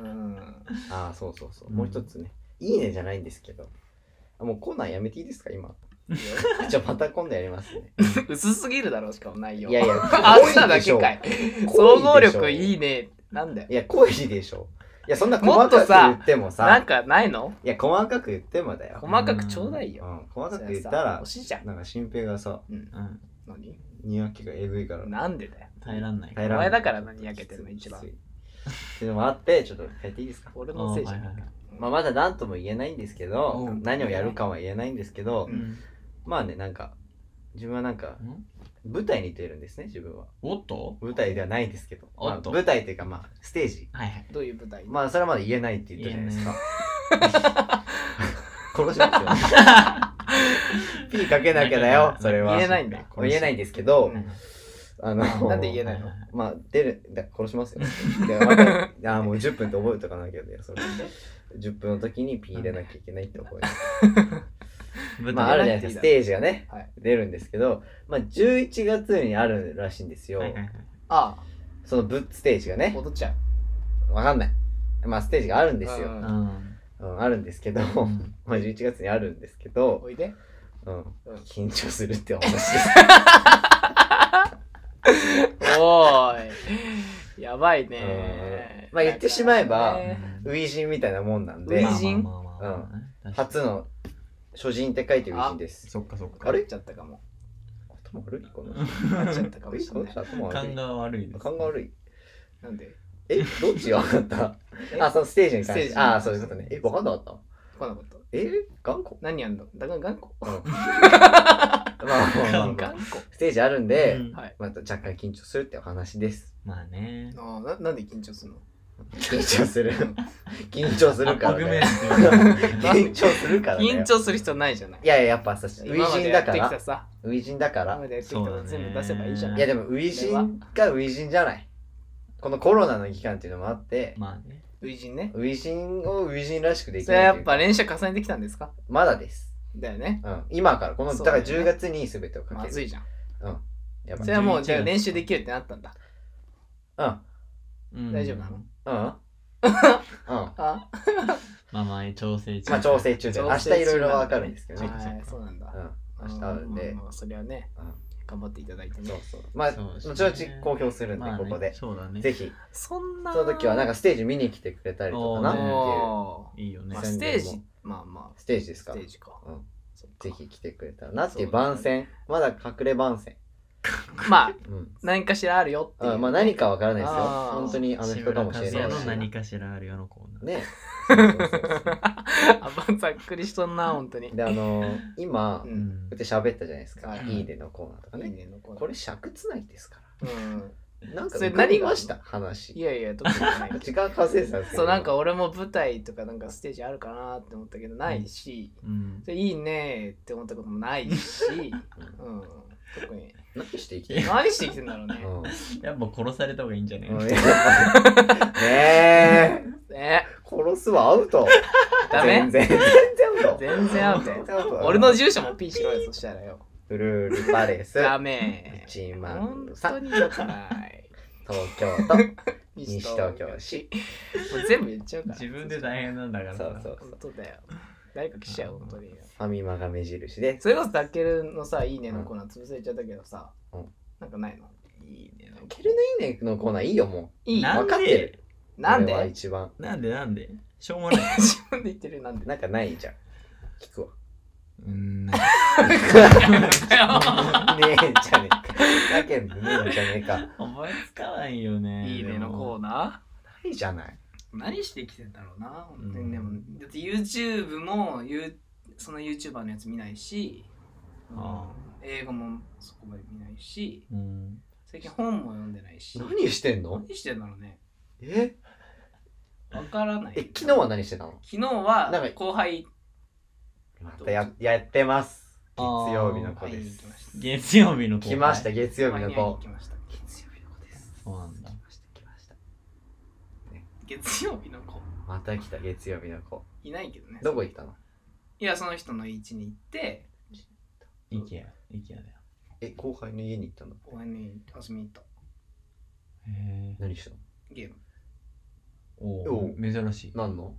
[SPEAKER 1] うん
[SPEAKER 2] ああ、そうそうそう。
[SPEAKER 3] うん
[SPEAKER 2] もう一つね。いいねじゃないんですけど。あもうコーナーやめていいですか今。 *laughs*
[SPEAKER 1] いいよ
[SPEAKER 2] じゃあまた今度やりま
[SPEAKER 1] *laughs*
[SPEAKER 2] すね。
[SPEAKER 1] 薄すぎるだろしかも内容
[SPEAKER 2] いやいや、
[SPEAKER 1] あんた
[SPEAKER 2] 濃い
[SPEAKER 1] だ
[SPEAKER 2] でし
[SPEAKER 1] け
[SPEAKER 2] ょ
[SPEAKER 1] かい
[SPEAKER 2] 濃いでしょ
[SPEAKER 1] 総合力いいねなんだよ
[SPEAKER 2] いや、恋でしょ。いや、そんな
[SPEAKER 1] もっと
[SPEAKER 2] 細かく
[SPEAKER 1] さ
[SPEAKER 2] 言ってもさ、
[SPEAKER 1] なんかないの
[SPEAKER 2] いや、細かく言ってもだよ。
[SPEAKER 1] 細かくちょうだいよ。
[SPEAKER 2] うん、細かく
[SPEAKER 1] それ
[SPEAKER 2] 言っ
[SPEAKER 1] さ
[SPEAKER 2] たら
[SPEAKER 1] 惜、しいじゃん。
[SPEAKER 2] なんか新平がさ、
[SPEAKER 1] うん。
[SPEAKER 3] うん
[SPEAKER 1] 何
[SPEAKER 2] ニヤキがえぐいから。
[SPEAKER 1] なんでだよ。
[SPEAKER 3] 耐えらんない
[SPEAKER 2] 耐え
[SPEAKER 1] お
[SPEAKER 2] らん
[SPEAKER 1] 前だから何焼けてんの一番。
[SPEAKER 2] でもあって、ちょっとやっていいですか。
[SPEAKER 1] 俺のせいじゃ
[SPEAKER 3] あーは
[SPEAKER 1] ん。
[SPEAKER 3] いはい
[SPEAKER 2] *laughs* まあ、まだ何とも言えないんですけど
[SPEAKER 3] う、ん
[SPEAKER 2] 何をやるかは言えないんですけど、
[SPEAKER 1] う
[SPEAKER 3] うん
[SPEAKER 2] まあね、なんか、自分はなんか、
[SPEAKER 3] ん
[SPEAKER 2] 舞台に出るんですね、自分は。
[SPEAKER 3] おっと
[SPEAKER 2] 舞台ではないですけど、
[SPEAKER 3] お
[SPEAKER 2] ま
[SPEAKER 3] っ
[SPEAKER 2] あ、
[SPEAKER 3] と
[SPEAKER 2] 舞台というか、まあ、ステージ。
[SPEAKER 3] はいはい
[SPEAKER 1] どういう舞台
[SPEAKER 2] まあ、それはまだ言えないって言ったじゃないですか。殺しますよ。ピーかけなきゃだよ、それは。
[SPEAKER 1] 言えないんだ
[SPEAKER 2] 言えないんですけど、
[SPEAKER 1] うん
[SPEAKER 2] あ *laughs* の、
[SPEAKER 1] なんで言えないの
[SPEAKER 3] はいはいはい
[SPEAKER 2] まあ、出る、だ殺し *laughs* ますよ。で、また、あーもう10分って覚えとかなきゃだよ、それ。10分の時にピー入れなきゃいけないって覚え *laughs* て。
[SPEAKER 3] 舞
[SPEAKER 2] まあ、ある
[SPEAKER 3] 台
[SPEAKER 2] じゃないですか、ステージがね、
[SPEAKER 1] はい
[SPEAKER 2] 出るんですけど、まあ、11月にあるらしいんですよ。
[SPEAKER 3] はいはいはい
[SPEAKER 1] あ
[SPEAKER 2] そのぶステージが
[SPEAKER 1] あ、
[SPEAKER 2] ね、
[SPEAKER 1] 戻っちゃう。
[SPEAKER 2] わかんない。まあ、ステージがあるんです
[SPEAKER 1] う
[SPEAKER 2] よ。
[SPEAKER 3] うん
[SPEAKER 2] うん、あるんですけど、
[SPEAKER 3] う
[SPEAKER 2] ま
[SPEAKER 3] ん
[SPEAKER 2] あ、11月にあるんですけど、
[SPEAKER 1] おいで。
[SPEAKER 2] うん
[SPEAKER 1] うん、
[SPEAKER 2] 緊張するってお話です。
[SPEAKER 1] *laughs* おーい。やばいね。
[SPEAKER 2] うんまあ言ってしまえば
[SPEAKER 1] ね
[SPEAKER 2] 初陣みたいなもんなん
[SPEAKER 1] 初
[SPEAKER 2] で
[SPEAKER 3] まあ、
[SPEAKER 1] 陣
[SPEAKER 3] まあまあまあまあね確かに
[SPEAKER 2] 初の初陣って書いて初陣です。
[SPEAKER 3] そっかそっか
[SPEAKER 2] あれ
[SPEAKER 1] なっちゃったかも。
[SPEAKER 2] 頭悪いこの人。
[SPEAKER 1] なっちゃ
[SPEAKER 3] 勘
[SPEAKER 1] ったかもしれない。
[SPEAKER 2] 頭悪い。
[SPEAKER 3] が悪いです
[SPEAKER 2] 勘が悪い。
[SPEAKER 1] なんで
[SPEAKER 2] え、どっちが分かったあ、
[SPEAKER 1] あ、
[SPEAKER 2] そのステージに関
[SPEAKER 1] ス
[SPEAKER 2] し
[SPEAKER 1] テー
[SPEAKER 2] て。
[SPEAKER 1] ジ
[SPEAKER 2] あ、そういうことね。え、分かんなかった
[SPEAKER 1] 来なかった。
[SPEAKER 2] え頑固
[SPEAKER 1] 何やんのだから頑固。
[SPEAKER 2] うんまあまあまあ
[SPEAKER 3] 頑
[SPEAKER 2] ま
[SPEAKER 1] 頑
[SPEAKER 2] あ
[SPEAKER 1] 固。
[SPEAKER 2] ステージあるんで、
[SPEAKER 3] うん
[SPEAKER 1] はい。
[SPEAKER 2] まあ、若干緊張するってお話です。
[SPEAKER 3] まあね
[SPEAKER 1] あーななんで緊張するの
[SPEAKER 2] 緊張す
[SPEAKER 1] *laughs*
[SPEAKER 2] る。緊張するから
[SPEAKER 3] あごめん
[SPEAKER 2] ね。
[SPEAKER 3] な
[SPEAKER 2] 緊張するからね。
[SPEAKER 1] 緊張する人ないじゃない
[SPEAKER 2] い。やいや、やっぱさ、初
[SPEAKER 1] 今まで
[SPEAKER 2] 陣
[SPEAKER 1] や
[SPEAKER 2] だ
[SPEAKER 1] って
[SPEAKER 2] か
[SPEAKER 1] き
[SPEAKER 2] ら
[SPEAKER 1] た。さ、
[SPEAKER 2] 初陣だか
[SPEAKER 1] 今
[SPEAKER 2] ら
[SPEAKER 1] ま。でやってきたこと全部出せばいいじゃない
[SPEAKER 2] いやでも初陣が初陣じゃない。このコロナの期間っていうのもあって、
[SPEAKER 3] まあね
[SPEAKER 1] 初陣ね。
[SPEAKER 2] 初陣を初陣らしくでき
[SPEAKER 1] そ
[SPEAKER 2] ない
[SPEAKER 1] れはや
[SPEAKER 2] とい
[SPEAKER 1] っ
[SPEAKER 2] うか
[SPEAKER 1] ぱ練習重ねてきたんですか
[SPEAKER 2] まだです。
[SPEAKER 1] だよね。
[SPEAKER 2] うん、今から、この、
[SPEAKER 1] そ
[SPEAKER 2] だ
[SPEAKER 1] うだ
[SPEAKER 2] から
[SPEAKER 1] よね
[SPEAKER 2] 10月に全てをかける。
[SPEAKER 1] まずいじゃん。
[SPEAKER 2] や
[SPEAKER 1] そ
[SPEAKER 2] ばい
[SPEAKER 1] れはもうじゃあ
[SPEAKER 3] 11
[SPEAKER 1] 練習できるってなったんだ。
[SPEAKER 2] うん。
[SPEAKER 3] うん
[SPEAKER 1] 大丈夫なの *laughs*
[SPEAKER 2] うん。うん。
[SPEAKER 1] あ
[SPEAKER 3] まあまあ調整中
[SPEAKER 2] まあ調整中で、
[SPEAKER 1] 調整
[SPEAKER 2] 明
[SPEAKER 1] 中な
[SPEAKER 2] 日
[SPEAKER 1] んだね
[SPEAKER 2] いろいろわかるんですけど
[SPEAKER 1] は
[SPEAKER 2] ね。
[SPEAKER 1] い、そうなんだ
[SPEAKER 2] う。ん。明日あるんで
[SPEAKER 1] ままあまあそれはね、
[SPEAKER 2] うん
[SPEAKER 1] 頑張っていただいて
[SPEAKER 2] そう
[SPEAKER 1] ね。
[SPEAKER 2] そう。まあ、
[SPEAKER 3] そうですね
[SPEAKER 2] 後々公表するんで
[SPEAKER 3] まあ、ね
[SPEAKER 2] ここで。
[SPEAKER 3] そうだね
[SPEAKER 2] ぜひ、
[SPEAKER 1] そんな。
[SPEAKER 2] その時はなんかステージ見に来てくれたりとかなっていう。
[SPEAKER 1] お
[SPEAKER 3] いいよ
[SPEAKER 1] ー
[SPEAKER 3] ね
[SPEAKER 1] まあ
[SPEAKER 2] 宣
[SPEAKER 1] ス
[SPEAKER 2] 伝
[SPEAKER 1] テー
[SPEAKER 2] も
[SPEAKER 1] ジ、まあまあ、
[SPEAKER 2] ステージです
[SPEAKER 1] ス
[SPEAKER 2] か
[SPEAKER 1] テ
[SPEAKER 2] ら
[SPEAKER 1] ー。ジか。
[SPEAKER 2] うん
[SPEAKER 1] そっか
[SPEAKER 2] ぜひ来てくれたらなっていう
[SPEAKER 1] そうだね
[SPEAKER 2] 番宣。まだ隠れ番宣。
[SPEAKER 1] まあ、
[SPEAKER 2] うん。
[SPEAKER 1] 何かしらあるよっていう。
[SPEAKER 2] うんまあ何かわからないですよ。
[SPEAKER 1] あー
[SPEAKER 2] 本当にあの人かもしれ
[SPEAKER 3] 志
[SPEAKER 2] な
[SPEAKER 3] 村
[SPEAKER 2] い
[SPEAKER 3] 和也
[SPEAKER 2] し
[SPEAKER 3] の。何かしらあるよのコーナー
[SPEAKER 2] ね。そうそうそうそう
[SPEAKER 1] *laughs* あまあざっくりしとんな、本当に。
[SPEAKER 2] であのー今
[SPEAKER 1] う。
[SPEAKER 2] こ
[SPEAKER 3] うんん
[SPEAKER 2] うやって喋ったじゃないですか「
[SPEAKER 1] はい
[SPEAKER 2] い、いね」のコーナーとか
[SPEAKER 1] いい
[SPEAKER 2] ね
[SPEAKER 1] ねのコーナー
[SPEAKER 2] これ尺つないですか
[SPEAKER 1] うん。
[SPEAKER 2] らなんか
[SPEAKER 1] それ
[SPEAKER 2] 浮かび
[SPEAKER 1] 何が
[SPEAKER 2] ました
[SPEAKER 1] い
[SPEAKER 2] 話
[SPEAKER 1] やいや、特に
[SPEAKER 2] *laughs*
[SPEAKER 1] ない。
[SPEAKER 2] 時間稼いだんですけ
[SPEAKER 1] そ
[SPEAKER 2] ど
[SPEAKER 1] うなんか俺も舞台とかなんかステージあるかなって思ったけどないし、
[SPEAKER 3] うん
[SPEAKER 1] でいいねって思ったこともないし、うん、特に
[SPEAKER 2] 何して生きてる
[SPEAKER 1] 何して生きてんだろうね。
[SPEAKER 2] の
[SPEAKER 3] やっぱ殺された方がいいんじゃ *laughs* ね
[SPEAKER 2] うんねえ
[SPEAKER 1] え、
[SPEAKER 2] 殺すはアウト
[SPEAKER 1] ダ
[SPEAKER 2] 全
[SPEAKER 1] メ
[SPEAKER 2] 然全然アウト
[SPEAKER 1] 全然アウト
[SPEAKER 2] 全然アウトだな
[SPEAKER 1] 俺の住所もピーしろよ、そしたらよ。
[SPEAKER 2] フルールパレス
[SPEAKER 1] ダメ。
[SPEAKER 2] 1
[SPEAKER 1] 本
[SPEAKER 2] 万
[SPEAKER 1] 当
[SPEAKER 2] 3
[SPEAKER 1] に良くない。
[SPEAKER 2] 東京都西東京
[SPEAKER 1] 市。もう全部言っちゃうから。
[SPEAKER 3] 自分で大変なんだから
[SPEAKER 2] そうそうそう
[SPEAKER 1] 本当だよ。誰か来ちゃう、本当に。
[SPEAKER 2] ファミマが目印で
[SPEAKER 1] それこそ、タッケルのさ、いいねのコーナー潰されちゃったけどさ
[SPEAKER 2] うん、
[SPEAKER 1] なんかないの
[SPEAKER 3] いいね
[SPEAKER 2] 「ケルのいいね」のコーナーいいよも
[SPEAKER 1] いい
[SPEAKER 2] うん分かってる
[SPEAKER 1] なん
[SPEAKER 2] 俺は
[SPEAKER 1] で
[SPEAKER 2] 一番
[SPEAKER 3] なんでなんでしょう
[SPEAKER 2] *laughs*
[SPEAKER 3] もない
[SPEAKER 1] 自分で言ってるよなんで
[SPEAKER 2] なんかないじゃん聞くわ *laughs*
[SPEAKER 3] うん
[SPEAKER 2] ねえじゃねえか。だけどねえじゃねえか。
[SPEAKER 3] *laughs* 思いつかないよ
[SPEAKER 1] *laughs*
[SPEAKER 3] ね
[SPEAKER 1] いいねのコーナ
[SPEAKER 2] ないじゃない。
[SPEAKER 1] ー何してきてんだろうな、本当
[SPEAKER 3] う
[SPEAKER 1] に
[SPEAKER 3] ん
[SPEAKER 1] でもだって YouTube もゆその YouTuber のやつ見ないし、
[SPEAKER 3] あ
[SPEAKER 1] 英語もそこまで見ないし
[SPEAKER 3] ーうん
[SPEAKER 1] 最近本も読んでないし
[SPEAKER 2] 何してんの
[SPEAKER 1] 何してんだろうね
[SPEAKER 2] え
[SPEAKER 1] わからない
[SPEAKER 2] え、昨日は何してたの
[SPEAKER 1] 昨日は
[SPEAKER 2] なんか
[SPEAKER 1] 後輩
[SPEAKER 2] またややってます。月曜日の子
[SPEAKER 1] 会い
[SPEAKER 2] で
[SPEAKER 1] に行
[SPEAKER 2] す
[SPEAKER 1] き。ました
[SPEAKER 3] 月曜日の後輩
[SPEAKER 2] 来ました、月曜日
[SPEAKER 1] 会い
[SPEAKER 2] の
[SPEAKER 1] に行
[SPEAKER 2] 子
[SPEAKER 1] き。ました月曜日の子です
[SPEAKER 3] そうなん
[SPEAKER 1] 来
[SPEAKER 3] だ
[SPEAKER 1] ました来ました月曜日の子
[SPEAKER 2] また来た、月曜日の子。
[SPEAKER 1] いないけどね
[SPEAKER 2] どこ行ったの
[SPEAKER 1] いやその人の位置に行って
[SPEAKER 3] イケアイケアだよ
[SPEAKER 2] え、後輩の家に行ったの
[SPEAKER 1] 公園に遊びに行った
[SPEAKER 3] へえ
[SPEAKER 2] 何したの
[SPEAKER 1] ゲーム
[SPEAKER 3] お
[SPEAKER 2] お
[SPEAKER 3] お珍しい
[SPEAKER 2] 何の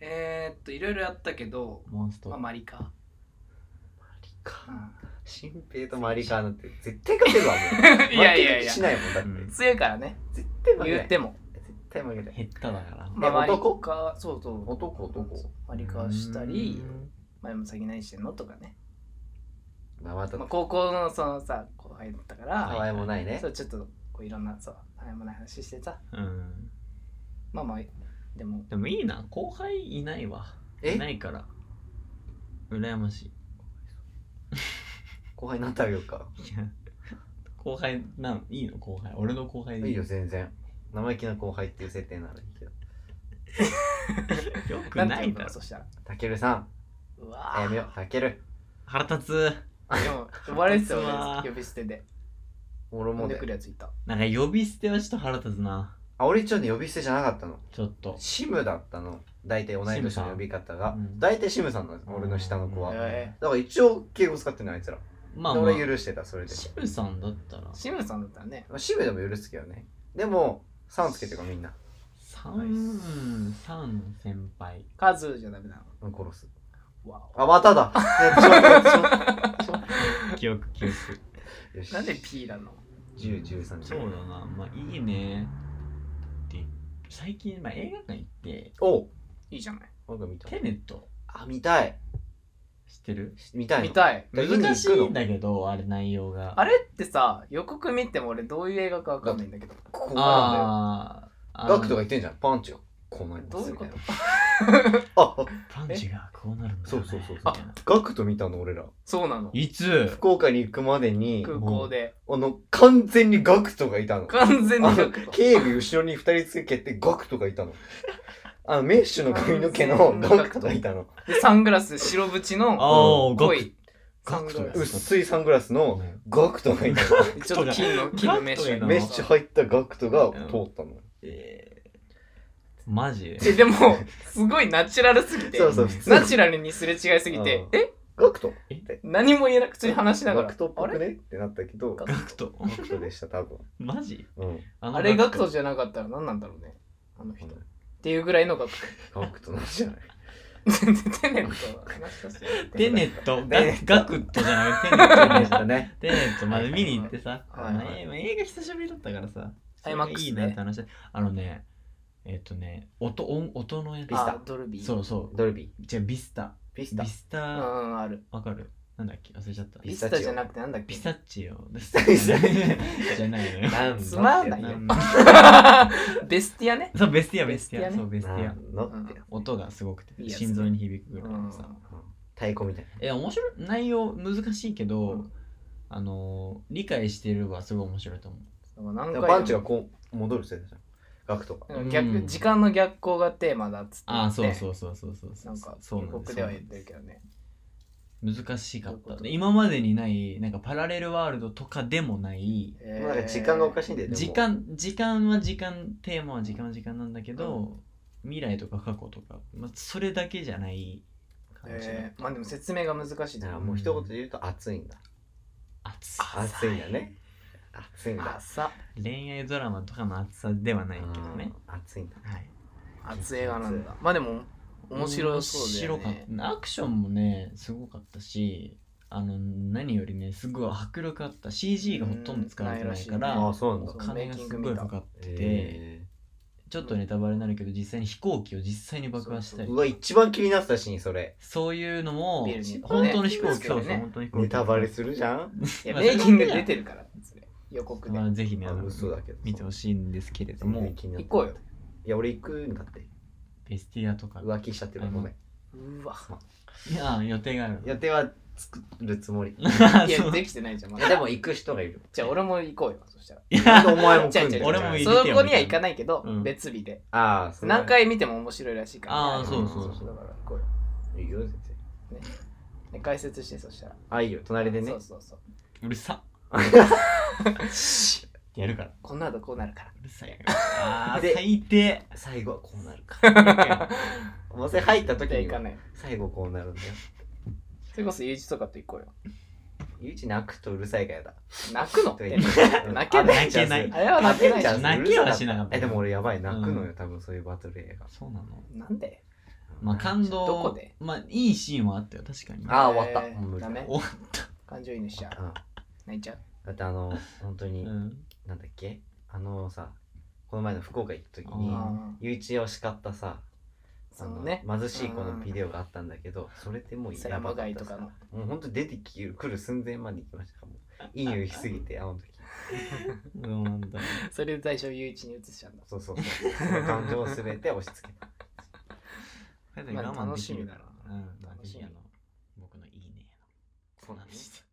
[SPEAKER 1] えー、っといろいろやったけど、
[SPEAKER 3] モンスト
[SPEAKER 1] まあ、マリカ、
[SPEAKER 2] マリカ。
[SPEAKER 1] う
[SPEAKER 2] 新平とマリカなんて絶対勝てるわ、もう。
[SPEAKER 1] んいやいや
[SPEAKER 2] 負ける
[SPEAKER 1] い
[SPEAKER 2] 気
[SPEAKER 1] や
[SPEAKER 2] しないもん、だって。
[SPEAKER 3] うん
[SPEAKER 1] 強いからね
[SPEAKER 2] 絶対負けない。
[SPEAKER 1] 言っても
[SPEAKER 2] 絶対負けない。
[SPEAKER 3] 減っただから
[SPEAKER 2] まあ男
[SPEAKER 1] かそうそう
[SPEAKER 2] 男男
[SPEAKER 1] 割りかわしたり
[SPEAKER 3] うん
[SPEAKER 1] 前も先何してんのとかね、
[SPEAKER 2] まあまた
[SPEAKER 1] まあ、高校のそのさ後輩だったから、
[SPEAKER 2] たわいもないね
[SPEAKER 1] そ。うちょっとこういろんなそうたわいもない話してさ
[SPEAKER 3] うん
[SPEAKER 1] まあまあでも
[SPEAKER 3] でもいいな後輩いないわいな
[SPEAKER 2] え
[SPEAKER 3] いから羨ましい
[SPEAKER 2] 後輩になってあげようか。
[SPEAKER 3] いや後輩なんいいの後輩俺の後輩
[SPEAKER 2] い
[SPEAKER 3] でい
[SPEAKER 2] い
[SPEAKER 3] い
[SPEAKER 2] よ、全然。生意気な後輩っていう設定ならいいけど。
[SPEAKER 3] よく
[SPEAKER 1] な
[SPEAKER 3] なん
[SPEAKER 1] て
[SPEAKER 3] い
[SPEAKER 1] 言う
[SPEAKER 3] だ
[SPEAKER 1] の
[SPEAKER 3] ろ
[SPEAKER 1] そしたら
[SPEAKER 2] たけるさん、
[SPEAKER 1] うわ
[SPEAKER 2] あやめよ
[SPEAKER 1] ー
[SPEAKER 2] う、たける。
[SPEAKER 3] 腹立つ
[SPEAKER 1] でも呼ばれてたよ
[SPEAKER 3] 腹立つわ
[SPEAKER 1] 俺呼び捨てで
[SPEAKER 2] 俺
[SPEAKER 1] 呼
[SPEAKER 2] も
[SPEAKER 1] んで
[SPEAKER 2] ね
[SPEAKER 1] くるやついた
[SPEAKER 3] なんか呼び捨てはちょっと腹立つな
[SPEAKER 2] あ、俺一応ね、呼び捨てじゃなかったの。
[SPEAKER 3] ちょっと
[SPEAKER 2] シムだったの。大体同い年の呼び方が
[SPEAKER 3] シムさんう。ん
[SPEAKER 2] 大体シムさんなんです、俺の下の子は。
[SPEAKER 3] うん
[SPEAKER 2] だ
[SPEAKER 1] え
[SPEAKER 2] から一応敬語使ってんの、あいつら。
[SPEAKER 3] まあ
[SPEAKER 2] で
[SPEAKER 3] ま
[SPEAKER 2] 俺
[SPEAKER 3] あ
[SPEAKER 2] 許してた、それで。
[SPEAKER 3] シムさんだったら
[SPEAKER 1] ー、シムさんだったらね
[SPEAKER 2] まあ、シムでも許すけどね。でも、さんつけてるからみんな。
[SPEAKER 3] 三三の先輩
[SPEAKER 1] カズじゃダメな
[SPEAKER 2] うん殺す。
[SPEAKER 1] のわ
[SPEAKER 2] あ、まただ。ねちょちょ
[SPEAKER 3] 記憶記憶
[SPEAKER 2] ちょよ
[SPEAKER 1] お
[SPEAKER 2] し
[SPEAKER 1] なんで P なの
[SPEAKER 2] 10、13
[SPEAKER 3] そうだなまあいいねって最近、まあ、映画館行って
[SPEAKER 2] おう
[SPEAKER 1] いいじゃない
[SPEAKER 2] なんか見た
[SPEAKER 3] テネット
[SPEAKER 2] あ、見たい。
[SPEAKER 3] 知ってる
[SPEAKER 2] 見たいの。
[SPEAKER 1] 見たい
[SPEAKER 2] だから見に
[SPEAKER 3] 難
[SPEAKER 2] 行
[SPEAKER 3] し
[SPEAKER 2] くの
[SPEAKER 3] いんだけどあれ内容が
[SPEAKER 1] あれってさ予告見ても俺どういう映画かわかんないんだけど
[SPEAKER 2] ここなん
[SPEAKER 3] あーあ
[SPEAKER 2] だよ。ガクトが言
[SPEAKER 3] が
[SPEAKER 2] ってんじゃん。パンチが。こうなりま
[SPEAKER 1] どうい
[SPEAKER 2] す
[SPEAKER 1] う
[SPEAKER 2] み
[SPEAKER 1] こ
[SPEAKER 2] たい
[SPEAKER 1] と
[SPEAKER 2] な。あ、あ
[SPEAKER 3] パンチがこうなるんだ
[SPEAKER 2] そ
[SPEAKER 3] よね
[SPEAKER 2] うそうそうそう
[SPEAKER 3] みたいな
[SPEAKER 2] ガクト見たの俺ら。
[SPEAKER 1] そうなの
[SPEAKER 3] いつ
[SPEAKER 2] 福岡に行くまでに、
[SPEAKER 1] 空港で
[SPEAKER 2] あの、完全にガクトがいたの。
[SPEAKER 1] 完全に
[SPEAKER 2] あ
[SPEAKER 1] ガ
[SPEAKER 2] の
[SPEAKER 1] クト
[SPEAKER 2] 警備後ろに二人つけてガクトがいたの。あの、メッシュの髪の毛の
[SPEAKER 1] 完全に
[SPEAKER 2] ガクトがいたの。
[SPEAKER 1] でサングラス白縁の
[SPEAKER 3] ああガ
[SPEAKER 1] 濃
[SPEAKER 3] ク
[SPEAKER 1] い
[SPEAKER 3] ガ
[SPEAKER 1] サ
[SPEAKER 3] ク
[SPEAKER 1] ン
[SPEAKER 3] ト
[SPEAKER 1] グラス
[SPEAKER 2] 薄いサングラスのガクトがいたの。
[SPEAKER 1] ちょっと金の金のメッシュ
[SPEAKER 3] ガクトが
[SPEAKER 2] メッシュ入ったガクトが通ったの。
[SPEAKER 3] えーマジで
[SPEAKER 1] ででもすごいナチュラルすぎて
[SPEAKER 2] そうそう、普通
[SPEAKER 1] ナチュラルにすれ違いすぎて
[SPEAKER 2] うん
[SPEAKER 1] え
[SPEAKER 2] ガクト
[SPEAKER 1] 何も言えなく普通に話しなが
[SPEAKER 2] ガ
[SPEAKER 1] ら
[SPEAKER 2] クトっぽ
[SPEAKER 1] あ
[SPEAKER 2] く
[SPEAKER 1] れ
[SPEAKER 2] ねってなったけど、ガ
[SPEAKER 3] ガクト
[SPEAKER 2] クトでした、多分。
[SPEAKER 3] マジ
[SPEAKER 2] うん。
[SPEAKER 1] あれガクト
[SPEAKER 3] じ
[SPEAKER 1] じゃなかったら何なんだろうねあの人っていうぐらいのガクト
[SPEAKER 2] ガクトなんじゃない
[SPEAKER 1] 全然テネットは話しかせてない
[SPEAKER 3] ゃテネット
[SPEAKER 2] *laughs* テネット
[SPEAKER 3] ガガクトじゃなくてテネットじゃない
[SPEAKER 2] ね。
[SPEAKER 3] テネットまで見に行ってさ、
[SPEAKER 1] はいはい
[SPEAKER 2] はい
[SPEAKER 3] まあ映画久しぶりだったからさ、
[SPEAKER 1] IMAX
[SPEAKER 3] いいなって話してあのね、えっ、とね、音音音のやつ
[SPEAKER 2] ビスタ
[SPEAKER 1] あドルビー
[SPEAKER 3] そううそう、
[SPEAKER 2] ドルビ
[SPEAKER 3] じゃあビスタ、
[SPEAKER 2] ー。ビスタ
[SPEAKER 3] ビ。スタ、
[SPEAKER 1] ん
[SPEAKER 3] わ、
[SPEAKER 1] うんある
[SPEAKER 3] かるなんだっけ忘れちゃった。
[SPEAKER 1] ビスタじゃなくてなんだっけ
[SPEAKER 3] ピサチオです。
[SPEAKER 2] スタ
[SPEAKER 3] じゃないのよ。
[SPEAKER 2] なん
[SPEAKER 1] つまんないよ
[SPEAKER 3] なん
[SPEAKER 1] *laughs* ベスティアね
[SPEAKER 3] *laughs* そう、ベスティア、ベス
[SPEAKER 1] ベステ
[SPEAKER 3] ティ
[SPEAKER 1] ィア
[SPEAKER 3] ア、
[SPEAKER 1] ね
[SPEAKER 3] そう、ベスティア。
[SPEAKER 2] のって。
[SPEAKER 3] 音がすごくて、
[SPEAKER 1] いいやつね
[SPEAKER 3] 心臓に響くぐらいの
[SPEAKER 1] う
[SPEAKER 3] さ。
[SPEAKER 1] ん
[SPEAKER 2] 太鼓みたい
[SPEAKER 3] え、面白い、内容難しいけど、
[SPEAKER 1] うん
[SPEAKER 3] あのー、理解してるはすごい面白いと思う。
[SPEAKER 1] なん
[SPEAKER 2] な。
[SPEAKER 1] か
[SPEAKER 2] パンチがこう、戻るせいだじゃん。ガクトが。
[SPEAKER 1] なんか逆、
[SPEAKER 3] うん
[SPEAKER 1] 時間の逆行がテーマだっつって
[SPEAKER 3] ああ、そう
[SPEAKER 1] う
[SPEAKER 3] そうそうそうそうそう。
[SPEAKER 1] なんか
[SPEAKER 3] そう
[SPEAKER 1] 予
[SPEAKER 3] なんで
[SPEAKER 1] 告
[SPEAKER 3] す
[SPEAKER 1] では言ってるけどね
[SPEAKER 3] 難しか
[SPEAKER 1] どうい
[SPEAKER 3] っ
[SPEAKER 1] うこ
[SPEAKER 3] た。
[SPEAKER 1] と
[SPEAKER 3] で今までにない、なんかパラレルワールドとかでもない、
[SPEAKER 1] え
[SPEAKER 2] もうなんか時間がおかしいんだよね。
[SPEAKER 3] 時間、時間は時間、テーマは時間は時間なんだけど、未来とか過去とか、まあ、それだけじゃない感じの。
[SPEAKER 1] えーまあでも説明が難しい
[SPEAKER 2] だから
[SPEAKER 1] な
[SPEAKER 2] もう一言で言うと暑いんだ。
[SPEAKER 3] 熱い
[SPEAKER 2] 暑いんだね。暑いんだ。
[SPEAKER 1] 朝
[SPEAKER 3] 恋愛ドラマとかの熱さではないけどね。
[SPEAKER 2] うん。暑いんだ。
[SPEAKER 3] はい。
[SPEAKER 1] 熱映画なんだまあでも面白そうだよ
[SPEAKER 3] 面
[SPEAKER 1] ね
[SPEAKER 3] 白かった。アクションもね、すごかったし、あの何よりね、すごい迫力あった。CG がほとんど使われてないか
[SPEAKER 1] うんないらしいね
[SPEAKER 3] ら
[SPEAKER 2] あ、、そうなんだ
[SPEAKER 3] お。
[SPEAKER 1] そうメ
[SPEAKER 3] 金
[SPEAKER 1] イ
[SPEAKER 3] が
[SPEAKER 1] キ
[SPEAKER 3] す
[SPEAKER 1] ング
[SPEAKER 3] ご
[SPEAKER 1] 見
[SPEAKER 3] い
[SPEAKER 1] た
[SPEAKER 3] かかってて、
[SPEAKER 2] え
[SPEAKER 3] ちょっとネタバレになるけど実際に飛行機を実際に爆破した
[SPEAKER 2] ー
[SPEAKER 3] り
[SPEAKER 2] うわ、一番気になってたシーン、それ。
[SPEAKER 3] そういうのも
[SPEAKER 1] ビルに
[SPEAKER 3] 本当の飛行
[SPEAKER 1] ね
[SPEAKER 3] 機そうそう
[SPEAKER 1] ね
[SPEAKER 3] 本当の飛行機
[SPEAKER 2] ネタバレするじゃん
[SPEAKER 1] いやメイキング出てるからそれ予告で
[SPEAKER 3] まあぜひね
[SPEAKER 2] あ
[SPEAKER 3] あの
[SPEAKER 2] 嘘だけど。
[SPEAKER 3] 見てほしいんですけれど
[SPEAKER 2] も
[SPEAKER 3] も
[SPEAKER 2] う気になっ
[SPEAKER 1] 行
[SPEAKER 2] て
[SPEAKER 1] こうよ。
[SPEAKER 2] いや、俺行くんだって。
[SPEAKER 3] ベスティアとか
[SPEAKER 2] 浮気しちゃってる。ごめん。
[SPEAKER 1] うわ
[SPEAKER 3] いや予定がある
[SPEAKER 2] 予定は作るつもり。い
[SPEAKER 1] い
[SPEAKER 3] *laughs* そ
[SPEAKER 1] や
[SPEAKER 3] う
[SPEAKER 1] できてないじゃんま
[SPEAKER 2] や、
[SPEAKER 1] だ
[SPEAKER 2] でも行く人がいる。
[SPEAKER 1] じゃあ俺も行こうよそしたら
[SPEAKER 3] い
[SPEAKER 2] なんで
[SPEAKER 3] や
[SPEAKER 2] お前も
[SPEAKER 1] じゃ
[SPEAKER 2] 来
[SPEAKER 1] あ
[SPEAKER 2] ん
[SPEAKER 1] じ
[SPEAKER 2] だ
[SPEAKER 1] ゃ
[SPEAKER 2] よ
[SPEAKER 1] あ
[SPEAKER 3] 俺も入れて
[SPEAKER 1] そ
[SPEAKER 3] よ
[SPEAKER 1] こには行かないけど
[SPEAKER 3] うん
[SPEAKER 1] 別日で
[SPEAKER 2] ああ、そう
[SPEAKER 1] 何回見ても面白いらしいから
[SPEAKER 3] あーそうそうそう
[SPEAKER 1] だから行こうよ
[SPEAKER 2] いいよ、先生。
[SPEAKER 1] で解説してそしたら
[SPEAKER 2] あ、いいよ、隣でね
[SPEAKER 1] そう。そうそう
[SPEAKER 3] うるさやるから
[SPEAKER 1] この後こうなるから
[SPEAKER 3] うるさいあー
[SPEAKER 2] で
[SPEAKER 3] 最低
[SPEAKER 2] 最後はこうなるか。
[SPEAKER 1] *laughs*
[SPEAKER 3] い
[SPEAKER 2] もうそれ入った時
[SPEAKER 1] じゃあ
[SPEAKER 2] に
[SPEAKER 1] 行か
[SPEAKER 2] は
[SPEAKER 1] ない
[SPEAKER 2] 最後こうなるんだよ。
[SPEAKER 1] それこそ友一とかと行こうよ
[SPEAKER 2] ゆうち泣くとうるさいからやだ。
[SPEAKER 1] 泣くの
[SPEAKER 2] とか言って
[SPEAKER 1] 泣けない
[SPEAKER 3] 泣けない
[SPEAKER 1] あれは泣けないじゃん
[SPEAKER 3] 泣けはしなかった
[SPEAKER 2] え、でも俺やばい、泣くの
[SPEAKER 3] う
[SPEAKER 2] よ、多分そういうバトル映画。
[SPEAKER 3] そうなの
[SPEAKER 1] なんで
[SPEAKER 3] まあ感動
[SPEAKER 1] どこで
[SPEAKER 3] まあいいシーンはあったよ確かに
[SPEAKER 2] あー終わった
[SPEAKER 1] えー
[SPEAKER 2] もう無理だ
[SPEAKER 1] ダメ
[SPEAKER 3] お
[SPEAKER 1] 感情移入しちゃう
[SPEAKER 2] うん
[SPEAKER 1] 泣いちゃう
[SPEAKER 2] だってあの、本当
[SPEAKER 3] う
[SPEAKER 2] に、
[SPEAKER 3] ん
[SPEAKER 2] なんだっけあのさ、ここの前の福岡行った時に
[SPEAKER 3] あ
[SPEAKER 2] ゆういちを叱ったさ
[SPEAKER 1] そのね
[SPEAKER 2] あの貧しい子のビデオがあったんだけど、それってもう
[SPEAKER 1] 狭
[SPEAKER 2] か
[SPEAKER 1] 街
[SPEAKER 2] っ
[SPEAKER 1] とか
[SPEAKER 2] たさ
[SPEAKER 1] の
[SPEAKER 2] もうほんと出てきる来る寸前まで行きましたからもういい匂いしすぎ *laughs* てあの時
[SPEAKER 3] そうなんだ。
[SPEAKER 1] それで最初誘致に移しちゃうんだ
[SPEAKER 2] そうそうそうその感情を全て押し付けた
[SPEAKER 1] まあ
[SPEAKER 3] 我慢できるか
[SPEAKER 1] 楽し
[SPEAKER 3] ら。うん、まあ
[SPEAKER 1] 楽しみ
[SPEAKER 3] ぜひあの、僕のいいねの。。
[SPEAKER 2] そうなんです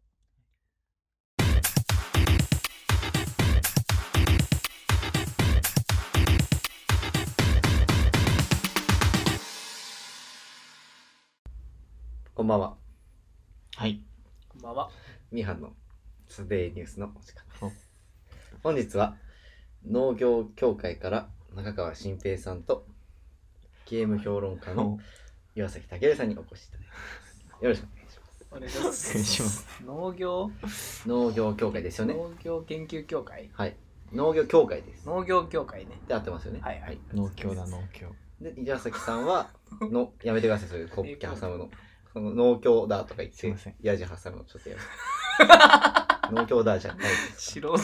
[SPEAKER 2] こんばんは
[SPEAKER 3] はい。
[SPEAKER 1] こんばんは
[SPEAKER 2] ミハンのスデイニュースのお時間です
[SPEAKER 3] お
[SPEAKER 2] 本日は農業協会から中川新平さんとゲーム評論家の岩崎武さんにお越しいただいてますよろしくお願いします
[SPEAKER 1] お願いしま
[SPEAKER 3] お願いします
[SPEAKER 1] 農業
[SPEAKER 2] 農業協会ですよね
[SPEAKER 1] 農業研究協会
[SPEAKER 2] はい農業協会です
[SPEAKER 1] 農業協会ね
[SPEAKER 2] で合ってますよね
[SPEAKER 1] はいはい
[SPEAKER 3] 農協だ、農協。
[SPEAKER 2] で岩崎さんは *laughs* のやめてくださいそういうコップ挟むのその農協だとか言っ
[SPEAKER 3] すい
[SPEAKER 2] て
[SPEAKER 3] ません
[SPEAKER 2] ヤジ挟むのちょっとやめて農協だじゃない *laughs* です
[SPEAKER 1] 素人だ